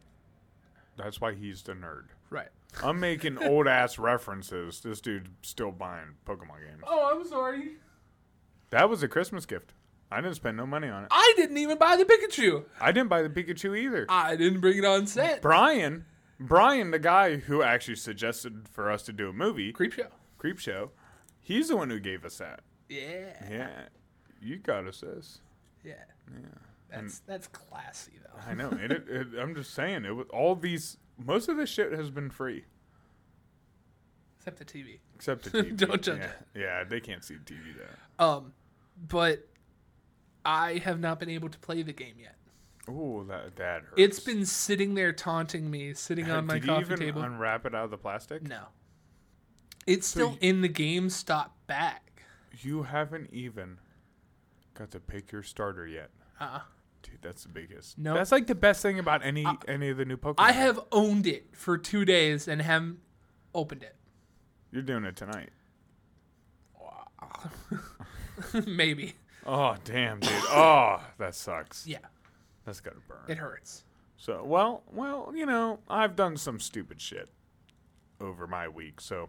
[SPEAKER 1] that's why he's the nerd.
[SPEAKER 2] Right.
[SPEAKER 1] I'm making old ass references. This dude's still buying Pokemon games.
[SPEAKER 2] Oh, I'm sorry.
[SPEAKER 1] That was a Christmas gift. I didn't spend no money on it.
[SPEAKER 2] I didn't even buy the Pikachu.
[SPEAKER 1] I didn't buy the Pikachu either.
[SPEAKER 2] I didn't bring it on set.
[SPEAKER 1] Brian, Brian, the guy who actually suggested for us to do a movie,
[SPEAKER 2] Creep show.
[SPEAKER 1] Creep Show, he's the one who gave us that.
[SPEAKER 2] Yeah.
[SPEAKER 1] Yeah, you got us this.
[SPEAKER 2] Yeah. That's that's classy though.
[SPEAKER 1] I know. and it, it, I'm just saying, it was all these. Most of this shit has been free,
[SPEAKER 2] Except the TV.
[SPEAKER 1] except the TV.
[SPEAKER 2] Don't judge
[SPEAKER 1] yeah. Yeah, they can't see TV though.
[SPEAKER 2] Um, but I have not been able to play the game yet.
[SPEAKER 1] Ooh, that that hurts.
[SPEAKER 2] It's been sitting there taunting me, sitting on my
[SPEAKER 1] Did
[SPEAKER 2] coffee
[SPEAKER 1] you even
[SPEAKER 2] table.
[SPEAKER 1] unwrap it out of the plastic?
[SPEAKER 2] no, it's still
[SPEAKER 1] you-
[SPEAKER 2] in the GameStop bag.
[SPEAKER 1] You haven't even got to pick your starter yet.
[SPEAKER 2] Uh,
[SPEAKER 1] Dude, that's the biggest.
[SPEAKER 2] No.
[SPEAKER 1] that's like the best thing about any any of the new Pokemon.
[SPEAKER 2] I have owned it for two days and haven't opened it.
[SPEAKER 1] You're doing it tonight.
[SPEAKER 2] Maybe,
[SPEAKER 1] Oh damn, dude. Oh, that sucks.
[SPEAKER 2] yeah,
[SPEAKER 1] That's gotta burn.
[SPEAKER 2] it hurts.
[SPEAKER 1] So well, well, you know, I've done some stupid shit over my week, so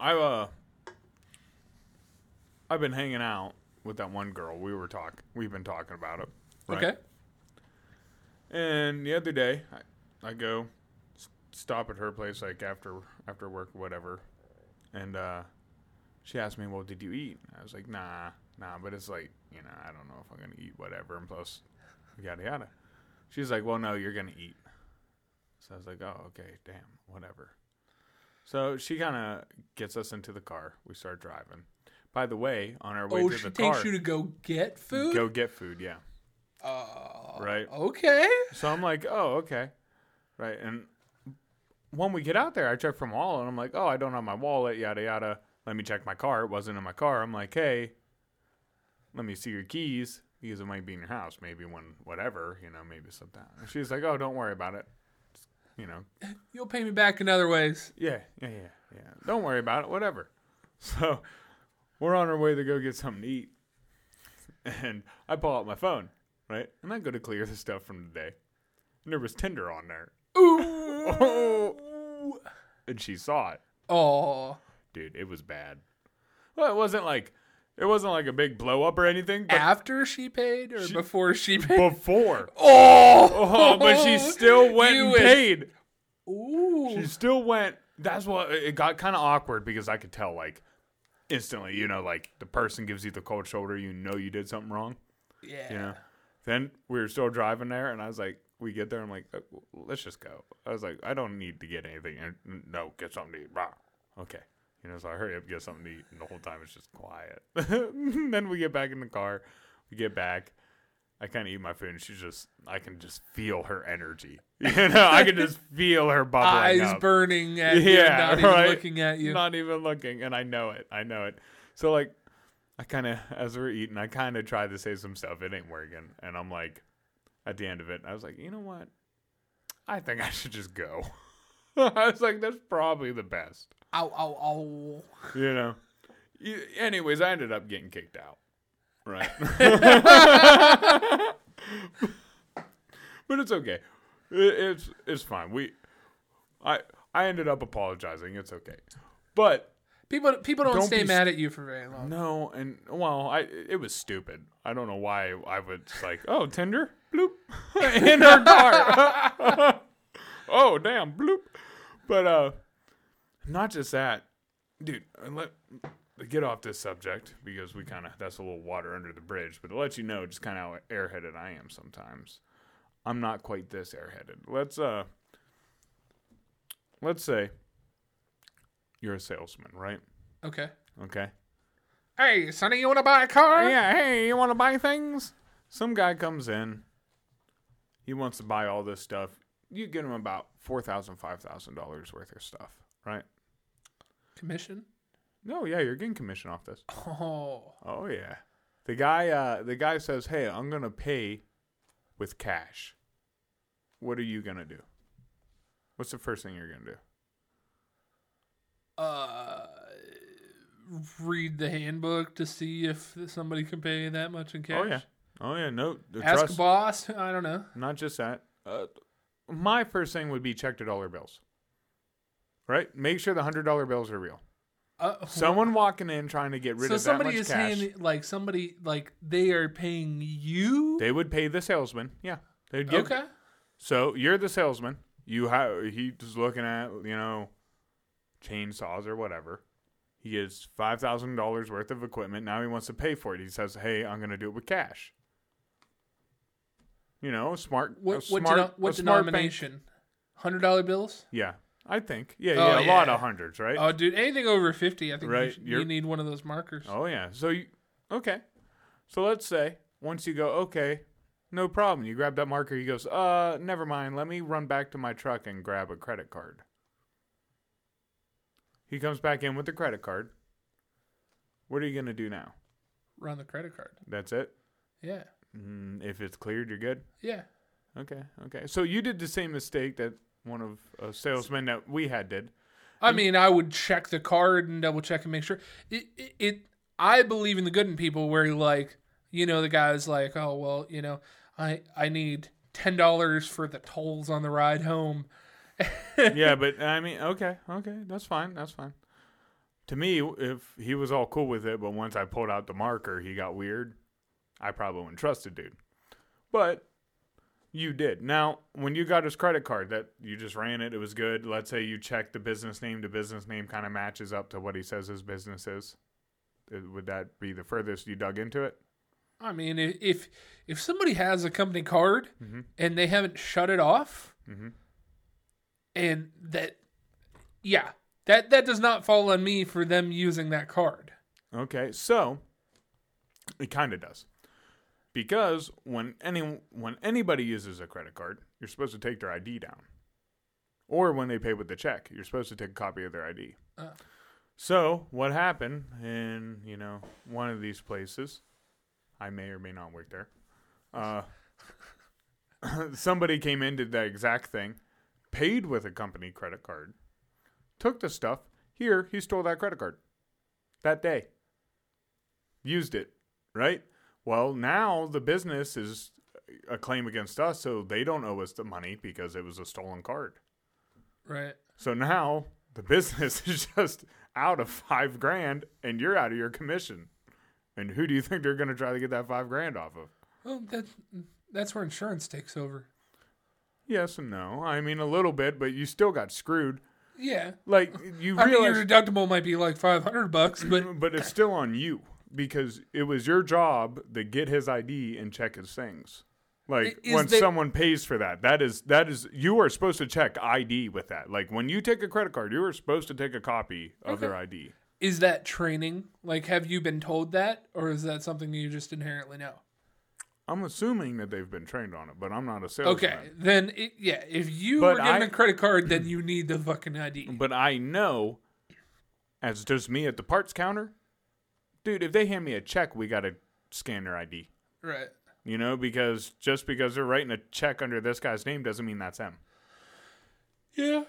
[SPEAKER 1] I uh I've been hanging out with that one girl. We were talk we've been talking about it. right?
[SPEAKER 2] Okay,
[SPEAKER 1] And the other day, I, I go s- stop at her place like after after work or whatever, and uh, she asked me, "Well, did you eat?" I was like, "Nah, nah," but it's like you know, I don't know if I'm gonna eat whatever, and plus, yada yada. She's like, "Well, no, you're gonna eat." So I was like, "Oh, okay, damn, whatever." So she kind of gets us into the car. We start driving. By the way, on our way
[SPEAKER 2] oh,
[SPEAKER 1] to
[SPEAKER 2] she
[SPEAKER 1] the
[SPEAKER 2] takes
[SPEAKER 1] car,
[SPEAKER 2] you to go get food.
[SPEAKER 1] go get food. Yeah,
[SPEAKER 2] Oh,
[SPEAKER 1] right.
[SPEAKER 2] okay.
[SPEAKER 1] So I'm like, oh, okay. Right. And when we get out there, I check from wallet and I'm like, oh, I don't have my wallet, yada, yada. Let me check my car. It wasn't in my car. I'm like, hey, let me see your keys because it might be in your house. Maybe when, whatever, you know, maybe something. And she's like, oh, don't worry about it. You know,
[SPEAKER 2] You'll pay me back in other ways.
[SPEAKER 1] yeah, yeah, yeah, yeah. Don't worry about it. Whatever. So we're on our way to go get something to eat, and I pull out my phone, right, and I go to clear the stuff from the day, and there was Tinder on there. Ooh. and she saw it,
[SPEAKER 2] Oh,
[SPEAKER 1] dude. It was bad. Well, it wasn't like it wasn't like a big blow up or anything, but
[SPEAKER 2] after she paid or before she paid?
[SPEAKER 1] before.
[SPEAKER 2] Oh,
[SPEAKER 1] Oh, but she still went
[SPEAKER 2] You
[SPEAKER 1] and
[SPEAKER 2] was-
[SPEAKER 1] paid.
[SPEAKER 2] Ooh.
[SPEAKER 1] She still went. That's what it got kind of awkward because I could tell like instantly, you know, like the person gives you the cold shoulder, you know, you did something wrong.
[SPEAKER 2] yeah.
[SPEAKER 1] You know. Then we were still driving there, and I was like, we get there, I'm like, uh, let's just go. I was like, I don't need to get anything. And, No, get something to eat. Rah. Okay. You know, so I hurry up, get something to eat, and the whole time it's just quiet. then we get back in the car. We get back. I kind of eat my food, and she's just, I can just feel her energy. You know, I can just feel her bubbling
[SPEAKER 2] Eyes
[SPEAKER 1] up
[SPEAKER 2] burning at you,
[SPEAKER 1] Yeah,
[SPEAKER 2] not even
[SPEAKER 1] right.
[SPEAKER 2] looking at you.
[SPEAKER 1] not even looking and i know it i know it so like i kind of as we're eating i kind of tried to say some stuff it ain't working and i'm like at the end of it i was like you know what i think i should just go i was like that's probably the best
[SPEAKER 2] Ow, ow, ow.
[SPEAKER 1] you know You- anyways i ended up getting kicked out right but it's okay It- it's it's fine we i i ended up apologizing it's okay but
[SPEAKER 2] People, people don't,
[SPEAKER 1] Don't
[SPEAKER 2] stay
[SPEAKER 1] be
[SPEAKER 2] mad at you for very long.
[SPEAKER 1] No, and well, I it was stupid. I don't know why I was like, oh, Tinder, bloop, in her car. oh damn, bloop. But uh, not just that, dude. and Let get off this subject because we kind of that's a little water under the bridge. But to let you know, just kind of how airheaded I am sometimes. I'm not quite this airheaded. Let's uh, let's say you're a salesman, right?
[SPEAKER 2] Okay. Oh,
[SPEAKER 1] Okay.
[SPEAKER 2] Hey, Sonny, you want to buy a car?
[SPEAKER 1] Yeah, hey, you want to buy things? Some guy comes in. He wants to buy all this stuff. You get him about four thousand, five thousand dollars worth of stuff, right?
[SPEAKER 2] Commission?
[SPEAKER 1] No, yeah, you're getting commission off this.
[SPEAKER 2] Oh,
[SPEAKER 1] Oh yeah, the guy, uh, the guy says, "Hey, I'm gonna pay with cash." What are you gonna do? What's the first thing you're gonna do? Oh,
[SPEAKER 2] uh, read the handbook to see if somebody can pay that much in cash.
[SPEAKER 1] Oh yeah, oh yeah, no, the
[SPEAKER 2] Ask
[SPEAKER 1] trust.
[SPEAKER 2] a boss. I don't know.
[SPEAKER 1] Not just that. Uh, my first thing would be check the dollar bills. Right, make sure the hundred dollar bills are real.
[SPEAKER 2] Uh,
[SPEAKER 1] Someone walking in trying to get rid
[SPEAKER 2] so
[SPEAKER 1] of that much
[SPEAKER 2] somebody is
[SPEAKER 1] cash,
[SPEAKER 2] saying like somebody like they are paying you.
[SPEAKER 1] they would pay the salesman. Yeah, they'd give.
[SPEAKER 2] Okay.
[SPEAKER 1] So you're the salesman. You ha- he's looking at you know chainsaws or whatever. He gets five thousand dollars worth of equipment. Now he wants to pay for it. He says, "Hey, I'm going to do it with cash." You know, smart. a
[SPEAKER 2] What what,
[SPEAKER 1] smart,
[SPEAKER 2] deno-
[SPEAKER 1] a
[SPEAKER 2] what
[SPEAKER 1] smart bank-
[SPEAKER 2] denomination? Hundred dollar bills.
[SPEAKER 1] Yeah, I think. Yeah,
[SPEAKER 2] Oh,
[SPEAKER 1] yeah, a lot
[SPEAKER 2] yeah.
[SPEAKER 1] of hundreds, right?
[SPEAKER 2] Oh, dude, anything over fifty, I think
[SPEAKER 1] Right,
[SPEAKER 2] you, should,
[SPEAKER 1] you're-
[SPEAKER 2] you need one of those markers.
[SPEAKER 1] Oh yeah. So you okay? So let's say once you go okay, no problem. You grab that marker. He goes, uh, never mind. Let me run back to my truck and grab a credit card. He comes back in with the credit card. What are you gonna do now?
[SPEAKER 2] Run the credit card.
[SPEAKER 1] That's it.
[SPEAKER 2] Yeah,
[SPEAKER 1] Mm, if it's cleared, you're good.
[SPEAKER 2] yeah.
[SPEAKER 1] Okay, okay. So you did the same mistake that one of a salesman that we had did.
[SPEAKER 2] I mean, I would check the card and double check and make sure. It, it, it I believe in the good in people where like, you know, the guy's like, oh well, you know, I I need ten dollars for the tolls on the ride home.
[SPEAKER 1] yeah, but I mean, okay, okay, that's fine, that's fine. To me, if he was all cool with it, but once I pulled out the marker, he got weird. I probably wouldn't trust the dude. But you did. Now, when you got his credit card, that you just ran it, it was good. Let's say you checked the business name. The business name kind of matches up to what he says his business is. Uh, Would that be the furthest you dug into it?
[SPEAKER 2] I mean, i- if if somebody has a company card
[SPEAKER 1] Mm-hmm.
[SPEAKER 2] and they haven't shut it off, and that, yeah, that that does not fall on me for them using that card.
[SPEAKER 1] Okay, so it kind of does. Because when any when anybody uses a credit card, you're supposed to take their ID down. Or when they pay with the check, you're supposed to take a copy of their ID.
[SPEAKER 2] Oh.
[SPEAKER 1] So, what happened in, you know, one of these places, I may or may not work there. Uh, somebody came in did that exact thing, paid with a company credit card, took the stuff. Here, he stole that credit card that day used it, right? Well, now the business is a claim against us, so they don't owe us the money because it was a stolen card.
[SPEAKER 2] Right.
[SPEAKER 1] So now the business is just out of five grand and you're out of your commission. And who do you think they're going to try to get that five grand off of?
[SPEAKER 2] Well, that that's where insurance takes over.
[SPEAKER 1] Yes and no. I mean, a little bit, but you still got screwed.
[SPEAKER 2] Yeah.
[SPEAKER 1] Like, you
[SPEAKER 2] I mean,
[SPEAKER 1] realize.
[SPEAKER 2] your deductible might be like five hundred bucks, but
[SPEAKER 1] but it's still on you because it was your job to get his ID and check his things. Like
[SPEAKER 2] I- is
[SPEAKER 1] when
[SPEAKER 2] they-
[SPEAKER 1] someone pays for that, that is that is you are supposed to check ID with that. Like when you take a credit card, you are supposed to take a copy of their ID.
[SPEAKER 2] is that training? Like, have you been told that, or is that something you just inherently know?
[SPEAKER 1] I'm assuming that they've been trained on it, but I'm not a salesman.
[SPEAKER 2] Okay, then it, yeah, if you
[SPEAKER 1] But
[SPEAKER 2] were given
[SPEAKER 1] I- Mm.
[SPEAKER 2] a credit card, then you need the fucking ID.
[SPEAKER 1] But I know, as does me at the parts counter, dude. If they hand me a check, we got to scan their ID.
[SPEAKER 2] Right.
[SPEAKER 1] You know, because just because they're writing a check under this guy's name doesn't mean that's him.
[SPEAKER 2] Yeah.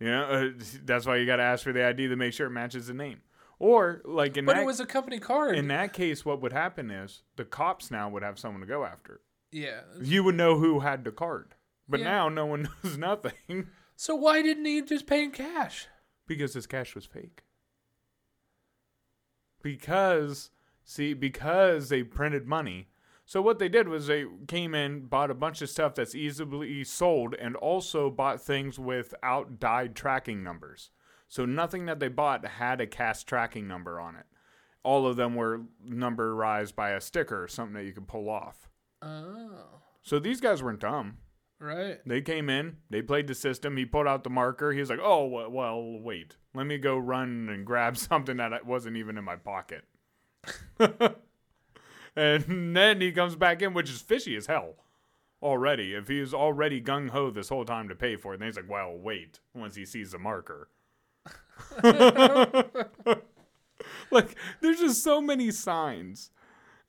[SPEAKER 1] You know, uh, that's why you got to ask for the ID to make sure it matches the name. Or like in
[SPEAKER 2] But
[SPEAKER 1] that
[SPEAKER 2] it was a company card.
[SPEAKER 1] in that case, what would happen is the cops now would have someone to go after.
[SPEAKER 2] yeah.
[SPEAKER 1] You would know who had the card, but
[SPEAKER 2] Yeah.
[SPEAKER 1] now no one knows nothing
[SPEAKER 2] So why didn't he just pay in cash?
[SPEAKER 1] because his cash was fake. Because see, because they printed money, So what they did was they came in, bought a bunch of stuff that's easily sold, and also bought things without dyed tracking numbers. So nothing that they bought had a cast tracking number on it. All of them were numberized by a sticker or something that you could pull off.
[SPEAKER 2] Oh,
[SPEAKER 1] So these guys weren't dumb.
[SPEAKER 2] right.
[SPEAKER 1] They came in, they played the system. He pulled out the marker. He was like, "Oh, well, well wait. Let me go run and grab something that I- wasn't even in my pocket." and then he comes back in, which is fishy as hell already. If he was already gung ho this whole time to pay for it, then he's like, "Well, wait." Once he sees the marker. like there's just so many signs.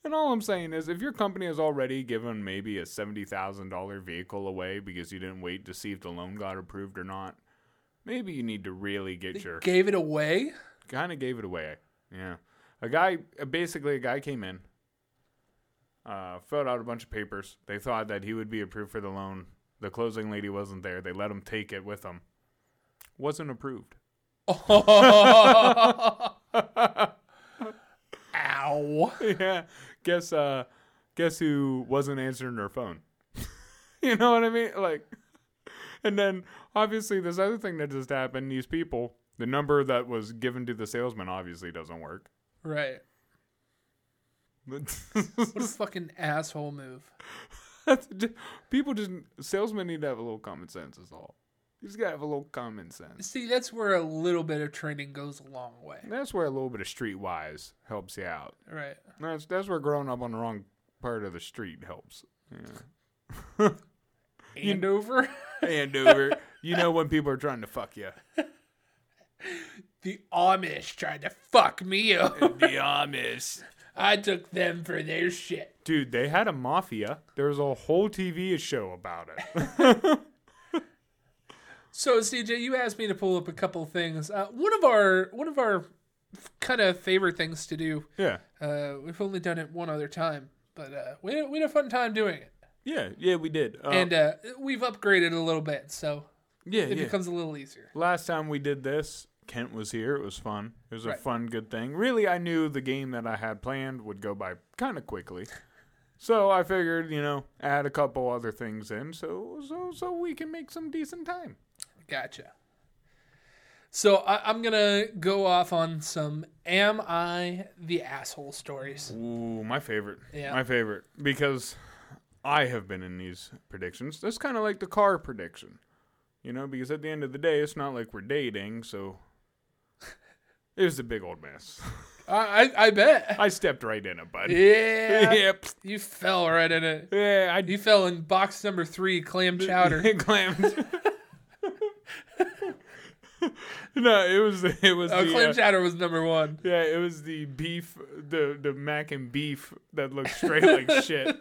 [SPEAKER 1] And all I'm saying is, if your company has already given maybe a seventy thousand dollar vehicle away because you didn't wait to see if the loan got approved or not, maybe you need to really get your
[SPEAKER 2] Gave it away.
[SPEAKER 1] kind of gave it away. Yeah, a guy basically a guy came in, uh, filled out a bunch of papers. They thought that he would be approved for the loan. The closing lady wasn't there. They let him take it with him. Wasn't approved.
[SPEAKER 2] Ow.
[SPEAKER 1] yeah. Guess uh guess who wasn't answering her phone? you know what I mean? Like and then obviously this other thing that just happened, these people, the number that was given to the salesman obviously doesn't work.
[SPEAKER 2] Right. What a fucking asshole move.
[SPEAKER 1] people just salesmen need to have a little common sense is all. You just gotta have a little common sense.
[SPEAKER 2] See, that's where a little bit of training goes a long way.
[SPEAKER 1] That's where a little bit of streetwise helps you out.
[SPEAKER 2] Right.
[SPEAKER 1] That's that's where growing up on the wrong part of the street helps. Yeah.
[SPEAKER 2] And over.
[SPEAKER 1] Andover. you know when people are trying to fuck you.
[SPEAKER 2] the Amish tried to fuck me up.
[SPEAKER 1] The Amish.
[SPEAKER 2] I took them for their shit.
[SPEAKER 1] Dude, they had a mafia. There was a whole TV show about it.
[SPEAKER 2] So CJ, you asked me to pull up a couple of things. Uh, one of our one of our kind of favorite things to do.
[SPEAKER 1] yeah.
[SPEAKER 2] Uh, we've only done it one other time, but uh, we we had a fun time doing it,
[SPEAKER 1] Yeah, yeah, we did. Uh,
[SPEAKER 2] and uh, we've upgraded a little bit, so
[SPEAKER 1] yeah,
[SPEAKER 2] it
[SPEAKER 1] yeah.
[SPEAKER 2] becomes a little easier.
[SPEAKER 1] Last time we did this, Kent was here. It was fun. It was a
[SPEAKER 2] Right.
[SPEAKER 1] fun, good thing. Really, I knew the game that I had planned would go by kind of quickly. So I figured, you know, add a couple other things in so so so we can make some decent time.
[SPEAKER 2] Gotcha. So I, I'm gonna go off on some "Am I the asshole?" stories.
[SPEAKER 1] Ooh, my favorite.
[SPEAKER 2] Yeah.
[SPEAKER 1] My favorite. Because I have been in these predictions. That's kind of like the car prediction. You know, because at the end of the day, it's not like we're dating, so it was a big old mess.
[SPEAKER 2] I I, I bet.
[SPEAKER 1] I stepped right in it, bud.
[SPEAKER 2] Yeah.
[SPEAKER 1] Yep.
[SPEAKER 2] You fell right in it.
[SPEAKER 1] Yeah, I
[SPEAKER 2] You fell in box number three, clam chowder.
[SPEAKER 1] clammed. no, it was it was
[SPEAKER 2] Oh,
[SPEAKER 1] the,
[SPEAKER 2] clam
[SPEAKER 1] uh,
[SPEAKER 2] chowder was number one.
[SPEAKER 1] yeah, it was the beef, the the mac and beef that looked straight like shit.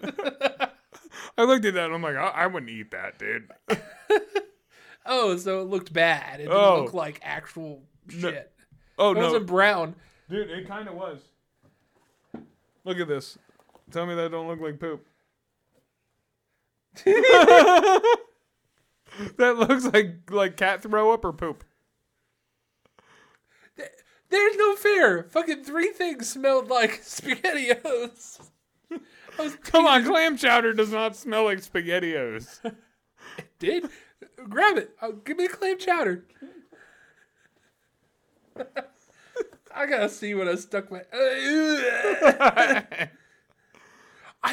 [SPEAKER 1] I looked at that and I'm like, I, I wouldn't eat that, dude.
[SPEAKER 2] Oh, so it looked bad. It didn't
[SPEAKER 1] Oh.
[SPEAKER 2] look like actual shit. it
[SPEAKER 1] Oh no,
[SPEAKER 2] wasn't brown.
[SPEAKER 1] dude, it kind of was. Look at this. Tell me that don't look like poop. that looks like like cat throw up or poop.
[SPEAKER 2] There's no fear. Fucking three things smelled like spaghettios. I was
[SPEAKER 1] Come on, clam chowder does not smell like spaghettios.
[SPEAKER 2] did grab it. Oh, give me the clam chowder. I gotta see what I stuck my. I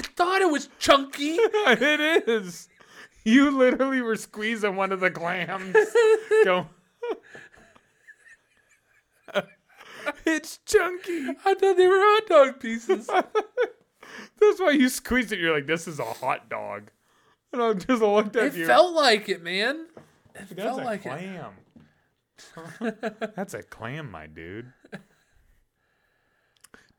[SPEAKER 2] thought it was chunky.
[SPEAKER 1] it is. You literally were squeezing one of the clams. Go. it's chunky.
[SPEAKER 2] I thought they were hot dog pieces.
[SPEAKER 1] That's why you squeeze it. You're like, this is a hot dog. And I just looked at
[SPEAKER 2] It
[SPEAKER 1] you.
[SPEAKER 2] felt like it, man. It
[SPEAKER 1] That's
[SPEAKER 2] felt
[SPEAKER 1] a
[SPEAKER 2] like it.
[SPEAKER 1] clam. That's a clam, my dude.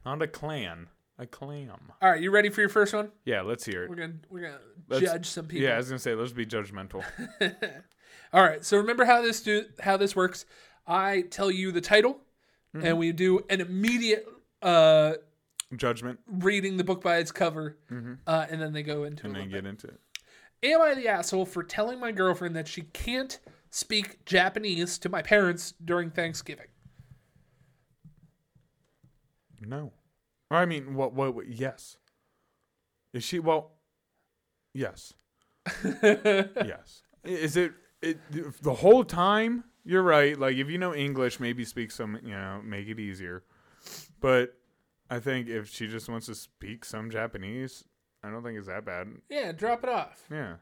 [SPEAKER 1] Not a clan, a clam.
[SPEAKER 2] All right, you ready for your first one?
[SPEAKER 1] Yeah, let's hear it.
[SPEAKER 2] We're gonna we're gonna
[SPEAKER 1] Let's-
[SPEAKER 2] judge some people.
[SPEAKER 1] Yeah, I was gonna say, let's be judgmental.
[SPEAKER 2] All right. So remember how this do how this works. I tell you the title,
[SPEAKER 1] Mm-hmm.
[SPEAKER 2] and we do an immediate uh,
[SPEAKER 1] Judgment,
[SPEAKER 2] reading the book by its cover, uh, and then they go into.
[SPEAKER 1] Mm-hmm. and
[SPEAKER 2] a
[SPEAKER 1] then
[SPEAKER 2] little
[SPEAKER 1] get into it.
[SPEAKER 2] bit. Am I the asshole for telling my girlfriend that she can't speak Japanese to my parents during Thanksgiving?
[SPEAKER 1] No. Or I mean, what? What? what yes. Is she well? Yes, yes. I- Is it, it the whole time? You're right. Like if you know English, maybe speak some. You know, make it easier. But I think if she just wants to speak some Japanese, I don't think it's that bad.
[SPEAKER 2] yeah, drop it off.
[SPEAKER 1] Yeah.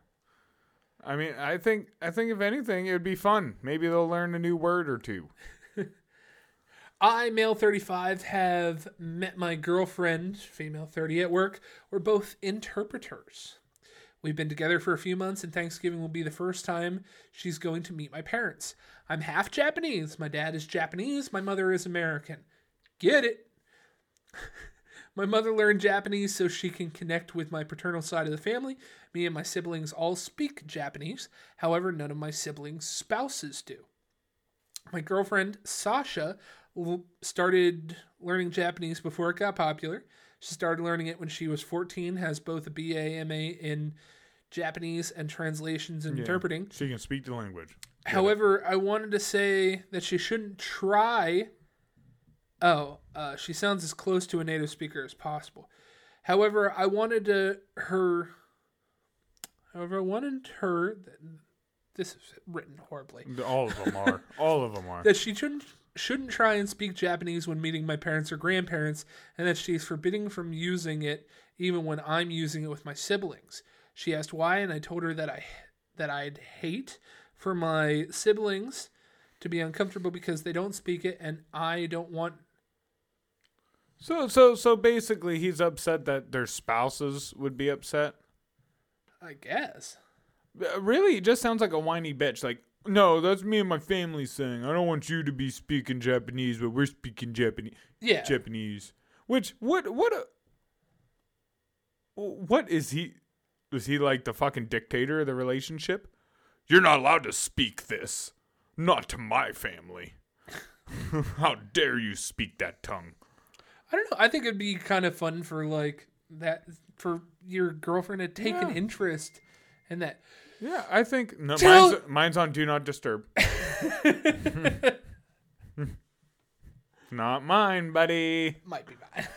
[SPEAKER 1] I mean, I think I think if anything, it would be fun. Maybe they'll learn a new word or two.
[SPEAKER 2] I, male 35, have met my girlfriend, female 30, at work. We're both interpreters. We've been together for a few months, and Thanksgiving will be the first time she's going to meet my parents. I'm half Japanese. My dad is Japanese. My mother is American. Get it? my mother learned Japanese so she can connect with my paternal side of the family. Me and my siblings all speak Japanese. However, none of my siblings' spouses do my girlfriend Sasha l- started learning Japanese before it got popular. She started learning it when she was 14, has both a BA, MA in Japanese and translations and interpreting.
[SPEAKER 1] So you can speak the language.
[SPEAKER 2] However, I wanted to say that she shouldn't try. Oh, uh, she sounds as close to a native speaker as possible. However, I wanted to her. However, I wanted her. This is written horribly
[SPEAKER 1] All of them are. All of them are.
[SPEAKER 2] that she shouldn't shouldn't try and speak Japanese when meeting my parents or grandparents, and that she's forbidding from using it even when I'm using it with my siblings. She asked why, and I told her that I that I'd hate for my siblings to be uncomfortable because they don't speak it, and I don't want.
[SPEAKER 1] So so so basically, he's upset that their spouses would be upset.
[SPEAKER 2] I guess.
[SPEAKER 1] Uh, Really, it just sounds like a whiny bitch. Like, no, that's me and my family saying. I don't want you to be speaking Japanese, but we're speaking Japanese.
[SPEAKER 2] Yeah.
[SPEAKER 1] Japanese. Which what what a what is he? Is he like the fucking dictator of the relationship? You're not allowed to speak this. Not to my family. How dare you speak that tongue?
[SPEAKER 2] I don't know. I think it'd be kind of fun for like that for your girlfriend to take an
[SPEAKER 1] Yeah.
[SPEAKER 2] interest in that.
[SPEAKER 1] Yeah, I think no.
[SPEAKER 2] Tell-
[SPEAKER 1] mine's, mine's on Do Not Disturb. Not mine, buddy.
[SPEAKER 2] Might be bad.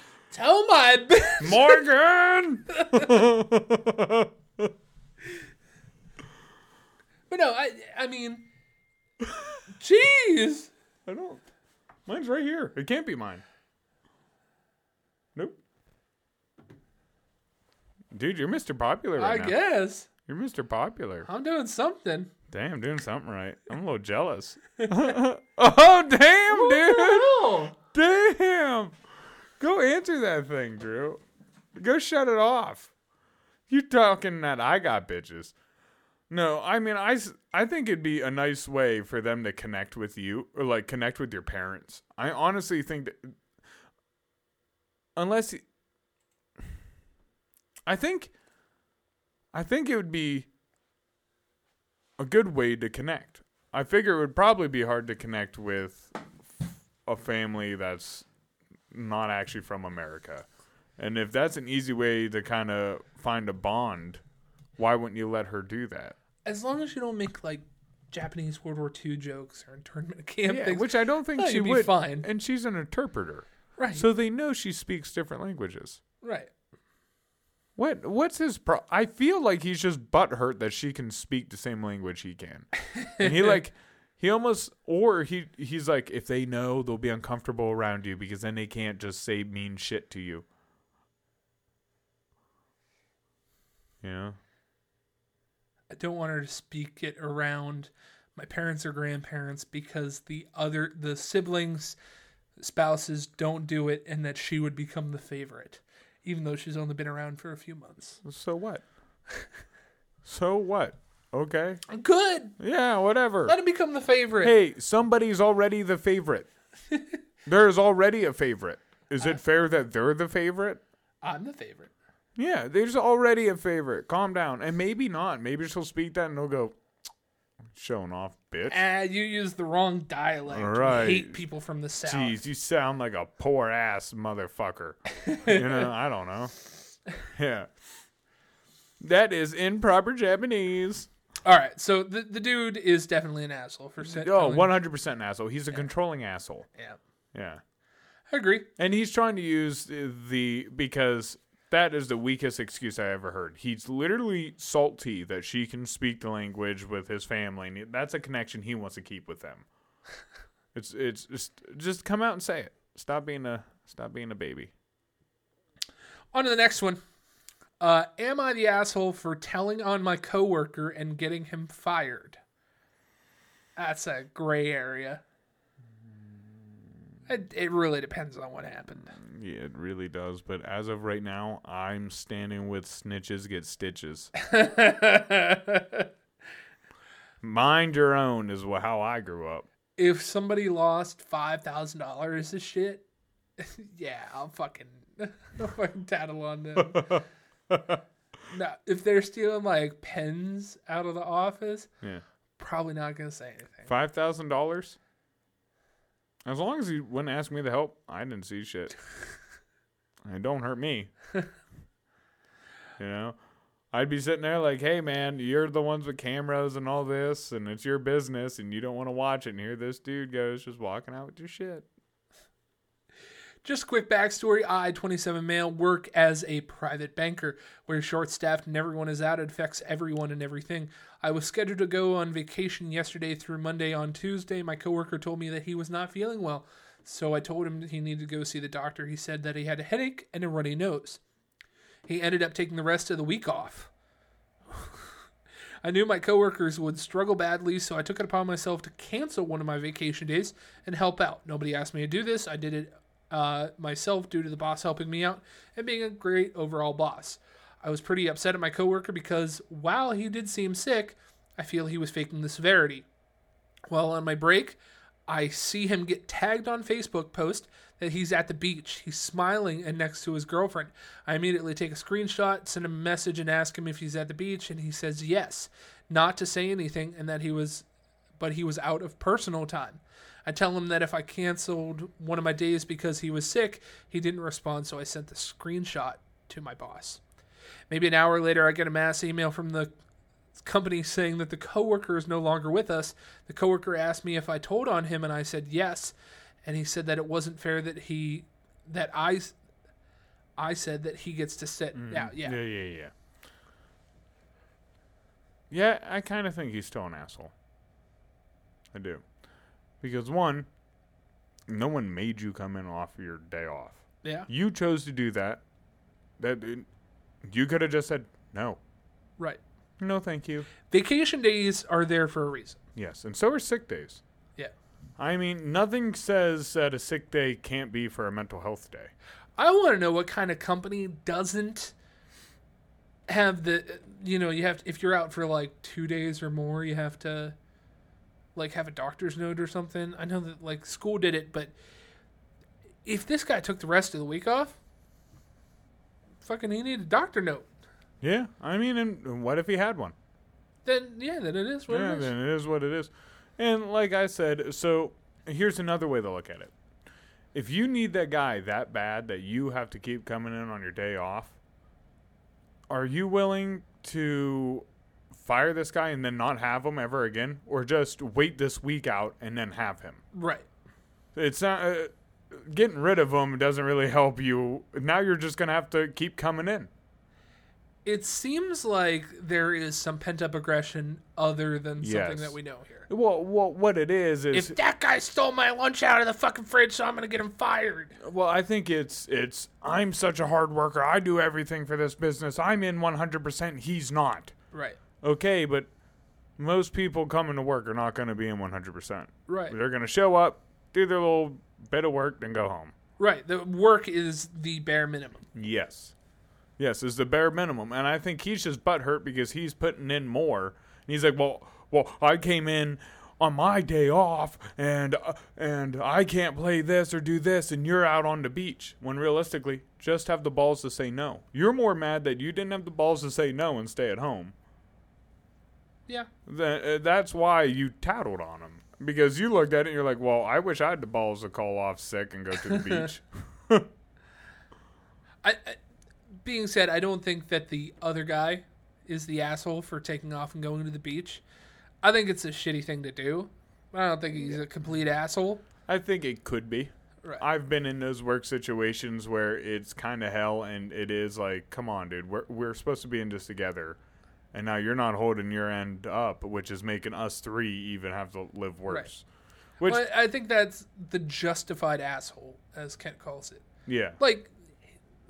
[SPEAKER 2] Tell my bitch.
[SPEAKER 1] Morgan.
[SPEAKER 2] But no, I I mean, jeez,
[SPEAKER 1] I don't. Mine's right here. It can't be mine. Nope. Dude, you're Mr. Popular
[SPEAKER 2] I
[SPEAKER 1] right now.
[SPEAKER 2] guess
[SPEAKER 1] You're Mr. Popular.
[SPEAKER 2] I'm doing something.
[SPEAKER 1] Damn, doing something right. I'm a little jealous. oh,
[SPEAKER 2] Oh,
[SPEAKER 1] damn, dude. Damn. Go answer that thing, Drew. Go shut it off. You talking that I got bitches. No, I mean, I, s- I think it'd be a nice way for them to connect with you or like connect with your parents. I honestly think that unless y- I think I think it would be a good way to connect. I figure it would probably be hard to connect with a family that's not actually from America. And if that's an easy way to kind of find a bond, why wouldn't you let her do that?
[SPEAKER 2] as long as you don't make like Japanese World War II jokes or internment camp
[SPEAKER 1] Yeah,
[SPEAKER 2] things,
[SPEAKER 1] which I don't think
[SPEAKER 2] No,
[SPEAKER 1] she
[SPEAKER 2] you'd be
[SPEAKER 1] would.
[SPEAKER 2] fine.
[SPEAKER 1] And she's an interpreter,
[SPEAKER 2] right,
[SPEAKER 1] so they know she speaks different languages.
[SPEAKER 2] right.
[SPEAKER 1] What what's his pro? I feel like he's just butthurt that she can speak the same language he can, and he like he almost or he he's like if they know they'll be uncomfortable around you because then they can't just say mean shit to you. Yeah,
[SPEAKER 2] I don't want her to speak it around my parents or grandparents because the other the siblings spouses don't do it, and that she would become the favorite, even though she's only been around for a few months.
[SPEAKER 1] so what? so what? Okay,
[SPEAKER 2] Good,
[SPEAKER 1] yeah, whatever.
[SPEAKER 2] let him become the favorite.
[SPEAKER 1] Hey, somebody's already the favorite. there is already a favorite. Is it fair that they're the favorite?
[SPEAKER 2] I'm the favorite.
[SPEAKER 1] Yeah, there's already a favorite. Calm down. And maybe not. Maybe she'll speak that and they'll go, showing off, bitch.
[SPEAKER 2] Ah, you use the wrong dialect.
[SPEAKER 1] All
[SPEAKER 2] We
[SPEAKER 1] right.
[SPEAKER 2] hate people from the south.
[SPEAKER 1] Jeez, you sound like a poor ass motherfucker. you know, I don't know. Yeah. That is improper Japanese.
[SPEAKER 2] All right, so the, the dude is definitely an asshole for saying.
[SPEAKER 1] Oh, 100% an asshole. He's a controlling asshole.
[SPEAKER 2] Yeah,
[SPEAKER 1] Yeah.
[SPEAKER 2] I agree.
[SPEAKER 1] And he's trying to use the because That is the weakest excuse I ever heard. He's literally salty that she can speak the language with his family, and that's a connection he wants to keep with them. It's it's just just come out and say it. Stop being a stop being a baby.
[SPEAKER 2] On to the next one. Uh, am I the asshole for telling on my coworker and getting him fired? That's a gray area. It, it really depends on what happened.
[SPEAKER 1] Yeah, it really does. But as of right now, I'm standing with snitches get stitches. Mind your own is wha- how I grew up.
[SPEAKER 2] if somebody lost five thousand dollars of shit, yeah, I'll fucking, I'll fucking tattle on them. now, if they're stealing like pens out of the office,
[SPEAKER 1] Yeah.
[SPEAKER 2] probably not gonna say anything.
[SPEAKER 1] Five thousand dollars. As long as you wouldn't ask me to help, I didn't see shit. and don't hurt me. you know, I'd be sitting there like, "Hey, man, you're the ones with cameras and all this, and it's your business, and you don't want to watch it." And here this dude goes just walking out with your shit.
[SPEAKER 2] Just quick backstory: I, twenty-seven male, work as a private banker. We're short-staffed and everyone is out. It affects everyone and everything. I was scheduled to go on vacation yesterday through Monday. On Tuesday, my coworker told me that he was not feeling well, so I told him that he needed to go see the doctor. He said that he had a headache and a runny nose. He ended up taking the rest of the week off. I knew my coworkers would struggle badly, so I took it upon myself to cancel one of my vacation days and help out. Nobody asked me to do this. I did it uh, myself due to the boss helping me out and being a great overall boss. I was pretty upset at my coworker because while he did seem sick, I feel he was faking the severity. Well, on my break, I see him get tagged on Facebook post that he's at the beach. He's smiling and next to his girlfriend. I immediately take a screenshot, send him a message, and ask him if he's at the beach, and he says yes, not to say anything, and that he was, but he was out of personal time. I tell him that if I canceled one of my days because he was sick, he didn't respond, so I sent the screenshot to my boss. Maybe an hour later, I get a mass email from the company saying that the coworker is no longer with us. The coworker asked me if I told on him, and I said yes. And he said that it wasn't fair that he that I I said that he gets to sit out. Yeah.
[SPEAKER 1] Mm, yeah, yeah, yeah. Yeah, I kind of think he's still an asshole. I do, because one, no one made you come in off your day off.
[SPEAKER 2] yeah,
[SPEAKER 1] You chose to do that. That you could have just said no,
[SPEAKER 2] right.
[SPEAKER 1] no, thank you.
[SPEAKER 2] Vacation days are there for a reason.
[SPEAKER 1] Yes, and so are sick days.
[SPEAKER 2] Yeah,
[SPEAKER 1] I mean, nothing says that a sick day can't be for a mental health day.
[SPEAKER 2] I want to know what kind of company doesn't have the you know you have if you're out for like two days or more you have to like have a doctor's note or something. I know that like school did it, but if this guy took the rest of the week off, fucking he needed a doctor note.
[SPEAKER 1] Yeah, I mean, and what if he had one?
[SPEAKER 2] Then yeah, then it is what
[SPEAKER 1] yeah,
[SPEAKER 2] it is.
[SPEAKER 1] then it is what it is. And like I said, so here's another way to look at it. If you need that guy that bad that you have to keep coming in on your day off, are you willing to fire this guy and then not have him ever again, or just wait this week out and then have him?
[SPEAKER 2] Right.
[SPEAKER 1] It's not uh, getting rid of him doesn't really help you. Now you're just gonna have to keep coming in.
[SPEAKER 2] It seems like there is some pent up aggression other than something
[SPEAKER 1] Yes.
[SPEAKER 2] that we know here.
[SPEAKER 1] Well, well what it is is
[SPEAKER 2] If that guy stole my lunch out of the fucking fridge, so I'm gonna get him fired.
[SPEAKER 1] Well, I think it's it's I'm such a hard worker. I do everything for this business. I'm in 100%, he's not.
[SPEAKER 2] Right.
[SPEAKER 1] Okay, but most people coming to work are not going to be in 100%.
[SPEAKER 2] Right.
[SPEAKER 1] They're going to show up, do their little bit of work then go home.
[SPEAKER 2] Right. The work is the bare minimum.
[SPEAKER 1] Yes. Yes, is the bare minimum. And I think he's just butthurt because he's putting in more. And he's like, well, well, I came in on my day off and uh, and I can't play this or do this and you're out on the beach when realistically just have the balls to say no. You're more mad that you didn't have the balls to say no and stay at home.
[SPEAKER 2] Yeah.
[SPEAKER 1] Th- uh, that's why you tattled on him because you looked at it and you're like, well, I wish I had the balls to call off sick and go to the beach.
[SPEAKER 2] I, I being said, I don't think that the other guy is the asshole for taking off and going to the beach. I think it's a shitty thing to do. I don't think he's a complete asshole.
[SPEAKER 1] I think it could be.
[SPEAKER 2] Right.
[SPEAKER 1] I've been in those work situations where it's kind of hell, and it is like, come on, dude, we're we're supposed to be in this together, and now you're not holding your end up, which is making us three even have to live worse. Which,
[SPEAKER 2] Well, I I think that's the justified asshole, as Kent calls it.
[SPEAKER 1] yeah,
[SPEAKER 2] Like,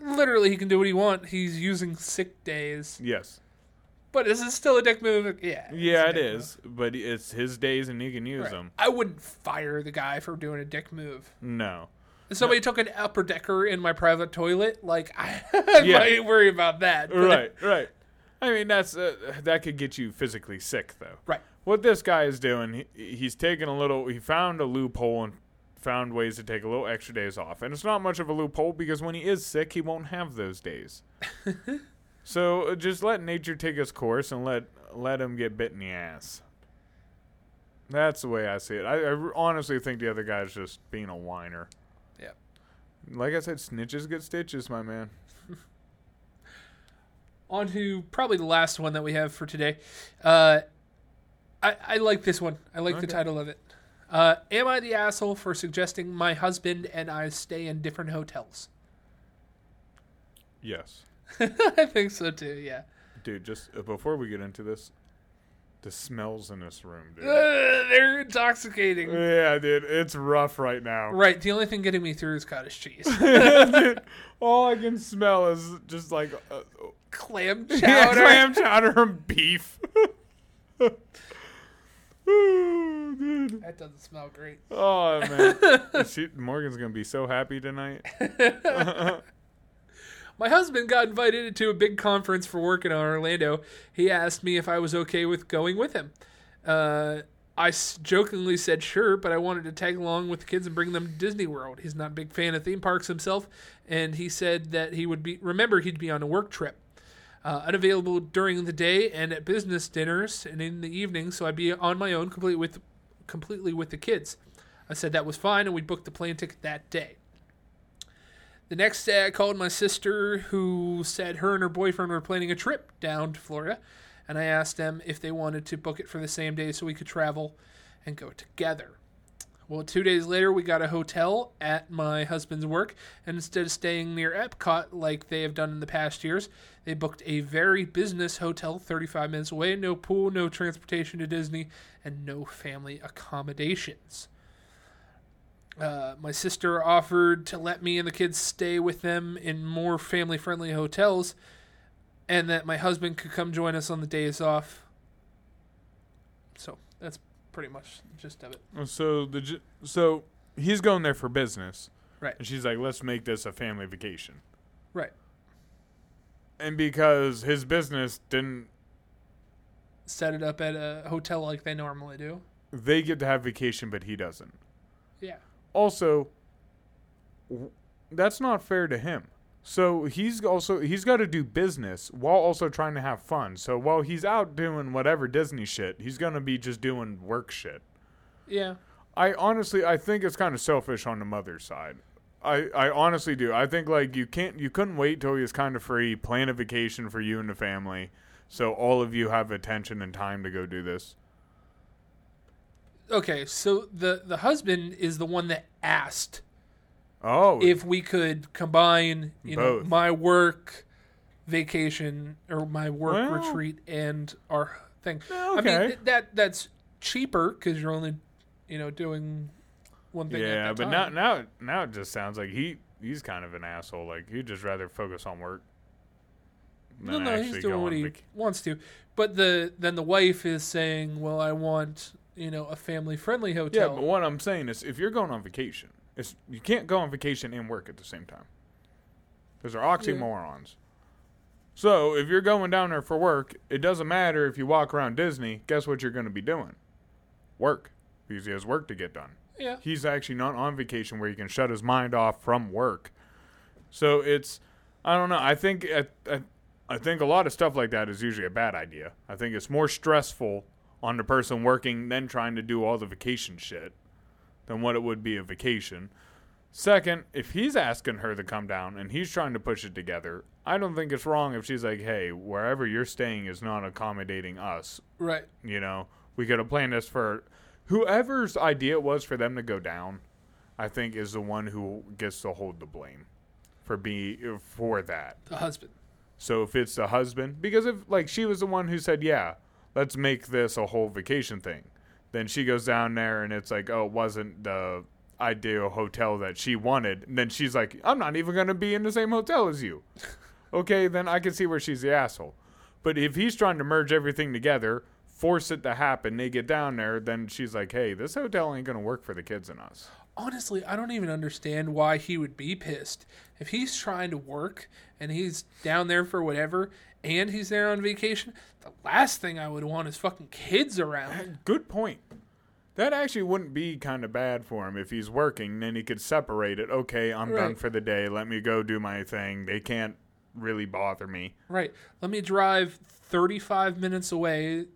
[SPEAKER 2] literally, he can do what he wants. He's using sick days,
[SPEAKER 1] yes,
[SPEAKER 2] but is it still a dick move? Yeah. it's
[SPEAKER 1] yeah,
[SPEAKER 2] a
[SPEAKER 1] it
[SPEAKER 2] dick
[SPEAKER 1] is, but it's his days, and he can use
[SPEAKER 2] move. Right.
[SPEAKER 1] them.
[SPEAKER 2] I wouldn't fire the guy for doing a dick move.
[SPEAKER 1] No,
[SPEAKER 2] If somebody took an upper decker in my private toilet, like I
[SPEAKER 1] Yeah.
[SPEAKER 2] might worry about that. but- uh,
[SPEAKER 1] right, right. I mean, that's uh, that could get you physically sick though.
[SPEAKER 2] Right.
[SPEAKER 1] What this guy is doing, he, he's taking a little. He found a loophole and found ways to take a little extra days off, and it's not much of a loophole because when he is sick, he won't have those days. so uh, just let nature take its course and let let him get bit in the ass. That's the way I see it. I, I honestly think the other guy's just being a whiner.
[SPEAKER 2] Yeah.
[SPEAKER 1] Like I said, snitches get stitches, my man.
[SPEAKER 2] On to probably the last one that we have for today. Uh, I, I like this one. I like
[SPEAKER 1] Okay.
[SPEAKER 2] the title of it. Uh, Am I the asshole for suggesting my husband and I stay in different hotels?
[SPEAKER 1] Yes.
[SPEAKER 2] I think so too. Yeah.
[SPEAKER 1] Dude, just uh, before we get into this, the smells in this room, dude.
[SPEAKER 2] Ugh, they're intoxicating.
[SPEAKER 1] yeah, dude, it's rough right now.
[SPEAKER 2] Right. The only thing getting me through is cottage cheese,
[SPEAKER 1] Dude, all I can smell is just like uh,
[SPEAKER 2] clam
[SPEAKER 1] yeah,
[SPEAKER 2] chowder.
[SPEAKER 1] clam chowder and beef. Ooh, dude.
[SPEAKER 2] That doesn't smell great.
[SPEAKER 1] Oh man, she, Morgan's gonna be so happy tonight.
[SPEAKER 2] My husband got invited to a big conference for work in Orlando. He asked me if I was okay with going with him. Uh, I s- jokingly said sure, but I wanted to tag along with the kids and bring them to Disney World. He's not a big fan of theme parks himself, and he said that he would be remember he'd be on a work trip, uh, unavailable during the day and at business dinners and in the evening, so I'd be on my own, complete with completely with the kids. I said that was fine, and we booked the plane ticket that day. The next day, I called my sister, who said her and her boyfriend were planning a trip down to Florida, and I asked them if they wanted to book it for the same day so we could travel and go together. Well, two days later, we got a hotel at my husband's work, and instead of staying near Epcot like they have done in the past years, they booked a very business hotel 35 minutes away. No pool, no transportation to Disney, and no family accommodations. Uh, my sister offered to let me and the kids stay with them in more family friendly hotels and that my husband could come join us on the days off. So that's pretty much the gist of it.
[SPEAKER 1] So the j- so he's going there for business,
[SPEAKER 2] Right.
[SPEAKER 1] And she's like, "Let's make this a family vacation."
[SPEAKER 2] Right.
[SPEAKER 1] and because his business didn't
[SPEAKER 2] Set it up at a hotel like they normally do.
[SPEAKER 1] they get to have vacation but he doesn't
[SPEAKER 2] Yeah.
[SPEAKER 1] also w- that's not fair to him so he's also he's got to do business while also trying to have fun so while he's out doing whatever disney shit he's gonna be just doing work shit
[SPEAKER 2] Yeah.
[SPEAKER 1] i honestly i think it's kind of selfish on the mother's side I, I honestly do. I think like you can't you couldn't wait till he was kind of free, plan a vacation for you and the family, so all of you have attention and time to go do this.
[SPEAKER 2] Okay, so the the husband is the one that asked
[SPEAKER 1] Oh,
[SPEAKER 2] if we could combine, you know,
[SPEAKER 1] Both.
[SPEAKER 2] my work vacation or my work
[SPEAKER 1] Well.
[SPEAKER 2] retreat and our thing. I
[SPEAKER 1] Okay.
[SPEAKER 2] mean th- that that's cheaper because you're only, you know, doing one thing.
[SPEAKER 1] yeah,
[SPEAKER 2] at that
[SPEAKER 1] but now
[SPEAKER 2] time.
[SPEAKER 1] now now it just sounds like he he's kind of an asshole. Like he'd just rather focus on work.
[SPEAKER 2] no,
[SPEAKER 1] than
[SPEAKER 2] no, he's
[SPEAKER 1] actually
[SPEAKER 2] doing
[SPEAKER 1] go
[SPEAKER 2] what
[SPEAKER 1] on
[SPEAKER 2] he
[SPEAKER 1] vac-
[SPEAKER 2] wants to. But the then the wife is saying, "Well, I want you know a family friendly
[SPEAKER 1] Yeah,
[SPEAKER 2] hotel."
[SPEAKER 1] but what I'm saying is, if you're going on vacation, it's you can't go on vacation and work at the same time. Those are oxymorons. So if you're going down there for work, it doesn't matter if you walk around Disney. Guess what you're going to be doing? Work, because he has work to get done.
[SPEAKER 2] yeah,
[SPEAKER 1] he's actually not on vacation where he can shut his mind off from work. So it's I don't know. I think I, I, I think a lot of stuff like that is usually a bad idea. I think it's more stressful on the person working than trying to do all the vacation shit than what it would be a vacation. Second, if he's asking her to come down and he's trying to push it together, I don't think it's wrong if she's like, "Hey, wherever you're staying is not accommodating us
[SPEAKER 2] right.
[SPEAKER 1] you know we could have planned this for whoever's idea it was for them to go down I think, is the one who gets to hold the blame for be for that.
[SPEAKER 2] The husband.
[SPEAKER 1] So if it's the husband, because if like she was the one who said, "Yeah, let's make this a whole vacation thing," then she goes down there and it's like, "Oh, it wasn't the ideal hotel that she wanted." And then she's like, "I'm not even going to be in the same hotel as you." okay, then I can see where she's the asshole. But if he's trying to merge everything together, force it to happen, they get down there, then she's like, "Hey, this hotel ain't going to work for the kids and us."
[SPEAKER 2] Honestly, I don't even understand why he would be pissed. If he's trying to work and he's down there for whatever and he's there on vacation, the last thing I would want is fucking kids around.
[SPEAKER 1] Good point. That actually wouldn't be kind of bad for him if he's working. Then he could separate it. Okay, I'm done
[SPEAKER 2] Right.
[SPEAKER 1] for the day. Let me go do my thing. They can't really bother me.
[SPEAKER 2] Right. Let me drive 35 minutes away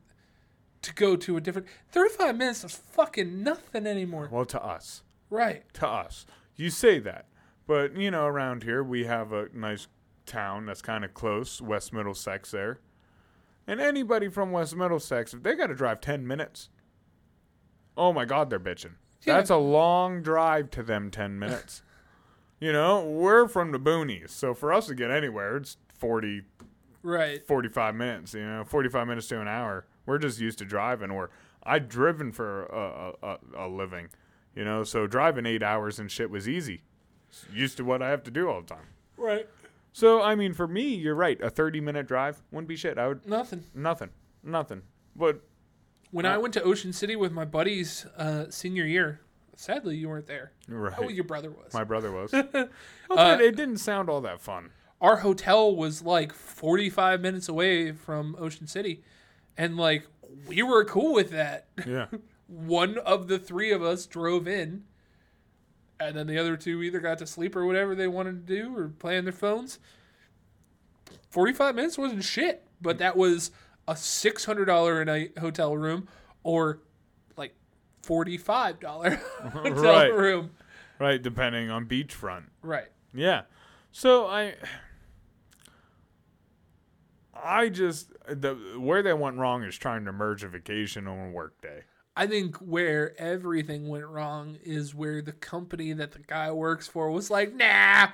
[SPEAKER 2] to go to a different 35 minutes is fucking nothing anymore.
[SPEAKER 1] Well, to us,
[SPEAKER 2] Right.
[SPEAKER 1] to us, you say that, but you know, around here we have a nice town that's kind of close, West Middlesex there, and anybody from West Middlesex, if they got to drive ten minutes, oh my God, they're bitching.
[SPEAKER 2] Yeah.
[SPEAKER 1] That's a long drive to them, ten minutes. you know, we're from the boonies, so for us to get anywhere, it's 40,
[SPEAKER 2] Right.
[SPEAKER 1] 45 minutes, you know, 45 minutes to an hour. We're just used to driving, or I've driven for a, a, a, a living, you know, so driving eight hours and shit was easy. It's used to what I have to do all the time.
[SPEAKER 2] Right.
[SPEAKER 1] So, I mean, for me, you're right. A 30 minute drive wouldn't be shit. I would,
[SPEAKER 2] Nothing.
[SPEAKER 1] nothing, nothing. But
[SPEAKER 2] When I went to Ocean City with my buddies uh, senior year, sadly you weren't there.
[SPEAKER 1] right. Uh,
[SPEAKER 2] Oh, your brother was.
[SPEAKER 1] my brother was. Well, but it didn't sound all that fun.
[SPEAKER 2] Our hotel was like 45 minutes away from Ocean City, and like we were cool with that.
[SPEAKER 1] Yeah.
[SPEAKER 2] One of the three of us drove in, and then the other two either got to sleep or whatever they wanted to do or play on their phones. 45 minutes wasn't shit, but that was a $600 a night hotel room or like $45 hotel
[SPEAKER 1] Right.
[SPEAKER 2] room.
[SPEAKER 1] right. Depending on beachfront.
[SPEAKER 2] Right.
[SPEAKER 1] Yeah. So I I just the where they went wrong is trying to merge a vacation on a work day.
[SPEAKER 2] I think where everything went wrong is where the company that the guy works for was like, nah,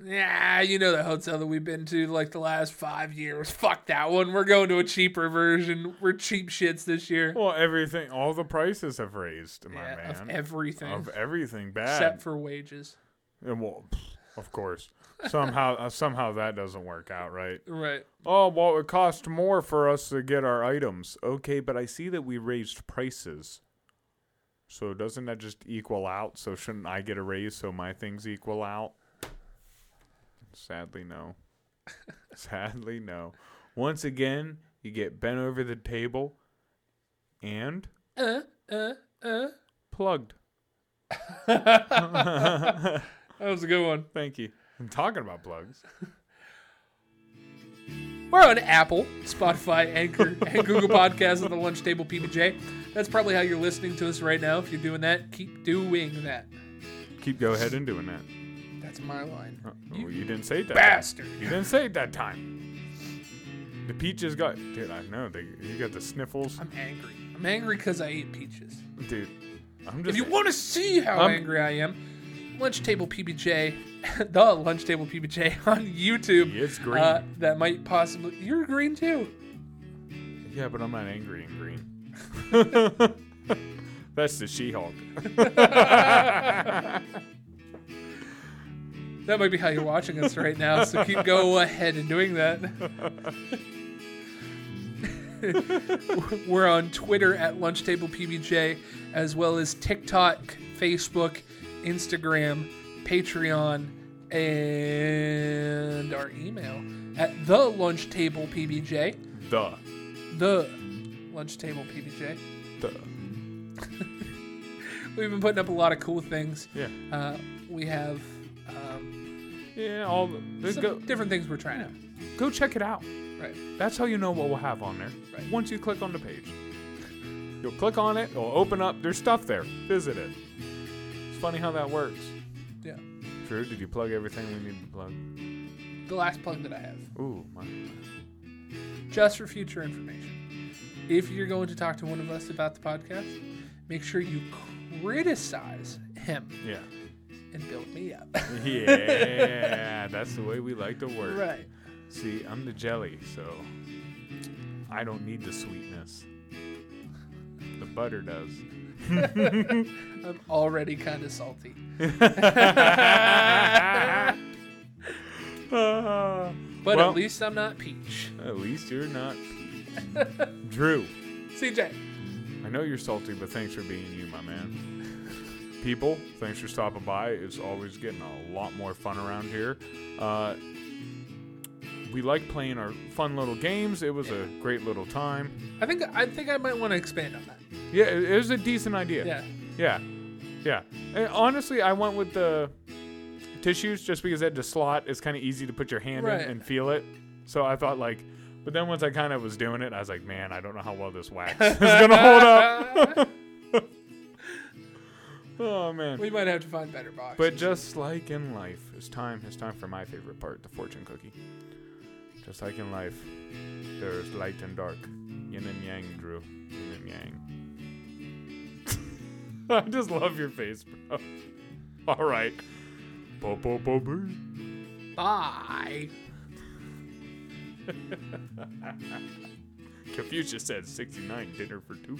[SPEAKER 2] nah, you know the hotel that we've been to like the last five years. Fuck that one. We're going to a cheaper version. We're cheap shits this year.
[SPEAKER 1] Well, everything all the prices have raised, my
[SPEAKER 2] Yeah,
[SPEAKER 1] man.
[SPEAKER 2] of everything
[SPEAKER 1] Of everything bad.
[SPEAKER 2] except for wages.
[SPEAKER 1] And well, pff, of course. Somehow uh, somehow that doesn't work out, right?
[SPEAKER 2] Right.
[SPEAKER 1] Oh, well, it cost more for us to get our items. Okay, but I see that we raised prices. So doesn't that just equal out? So shouldn't I get a raise so my things equal out? Sadly, no. Sadly, no. Once again, you get bent over the table and
[SPEAKER 2] Uh, uh, uh.
[SPEAKER 1] plugged.
[SPEAKER 2] That was a good one.
[SPEAKER 1] Thank you. I'm talking about plugs.
[SPEAKER 2] We're on Apple, Spotify, Anchor, and Google Podcasts at the Lunch Table PBJ. That's probably how you're listening to us right now. If you're doing that, keep doing that.
[SPEAKER 1] Keep go ahead and doing that.
[SPEAKER 2] That's my line.
[SPEAKER 1] Oh, you didn't say that.
[SPEAKER 2] bastard.
[SPEAKER 1] You didn't say it that time. The peaches got, dude. I know they. You got the sniffles,
[SPEAKER 2] I'm angry. I'm angry because I ate peaches.
[SPEAKER 1] dude. I'm
[SPEAKER 2] If
[SPEAKER 1] just.
[SPEAKER 2] you want to see how
[SPEAKER 1] I'm-
[SPEAKER 2] angry I am, Lunch Table PBJ, the Lunch Table PBJ on YouTube.
[SPEAKER 1] It's green.
[SPEAKER 2] Uh, that might possibly. You're green too.
[SPEAKER 1] yeah, but I'm not angry and green. That's the She-Hulk.
[SPEAKER 2] That might be how you're watching us right now. So keep go ahead and doing that. We're on Twitter at Lunch Table PBJ, as well as TikTok, Facebook, Instagram, Patreon, and our email at the Lunch Table PBJ.
[SPEAKER 1] The.
[SPEAKER 2] The Lunch Table PBJ.
[SPEAKER 1] The.
[SPEAKER 2] We've been putting up a lot of cool things.
[SPEAKER 1] Yeah.
[SPEAKER 2] Uh, we have um,
[SPEAKER 1] Yeah. All. The, there's
[SPEAKER 2] some
[SPEAKER 1] go.
[SPEAKER 2] different things we're trying out.
[SPEAKER 1] Go check it out.
[SPEAKER 2] Right.
[SPEAKER 1] That's how you know what we'll have on there.
[SPEAKER 2] Right.
[SPEAKER 1] Once you click on the page, you'll click on it. It'll open up. There's stuff there. Visit it. It's funny how that works.
[SPEAKER 2] Yeah.
[SPEAKER 1] Drew, did you plug everything we need to plug?
[SPEAKER 2] The last plug that I have.
[SPEAKER 1] Ooh, my.
[SPEAKER 2] just for future information. If you're going to talk to one of us about the podcast, make sure you criticize him
[SPEAKER 1] Yeah.
[SPEAKER 2] and build me up.
[SPEAKER 1] Yeah. that's the way we like to work.
[SPEAKER 2] right.
[SPEAKER 1] See, I'm the jelly, so I don't need the sweetness. The butter does.
[SPEAKER 2] I'm already kind of salty.
[SPEAKER 1] Ah.
[SPEAKER 2] But
[SPEAKER 1] Well-
[SPEAKER 2] at least I'm not peach.
[SPEAKER 1] At least you're not. Drew,
[SPEAKER 2] CJ,
[SPEAKER 1] I know you're salty, but thanks for being you, my man. People, thanks for stopping by. It's always getting a lot more fun around here. Uh, we like playing our fun little games. It was a great little time.
[SPEAKER 2] I think I think I might want to expand on that.
[SPEAKER 1] Yeah, it it was a decent idea.
[SPEAKER 2] Yeah.
[SPEAKER 1] Yeah. Yeah. And honestly, I went with the tissues just because they had the slot. It's kind of easy to put your hand
[SPEAKER 2] Right.
[SPEAKER 1] in and feel it. So I thought, like, but then once I kind of was doing it, I was like, man, I don't know how well this wax is going to hold up. oh, man.
[SPEAKER 2] We might have to find better boxes.
[SPEAKER 1] But just like in life, it's time. It's time for my favorite part, the fortune cookie. Just like in life, there's light and dark, yin and yang, Drew. Yin and yang. I just love your face, bro. All right. Bo bo bo boo.
[SPEAKER 2] bye.
[SPEAKER 1] Confucius said 69 dinner for two.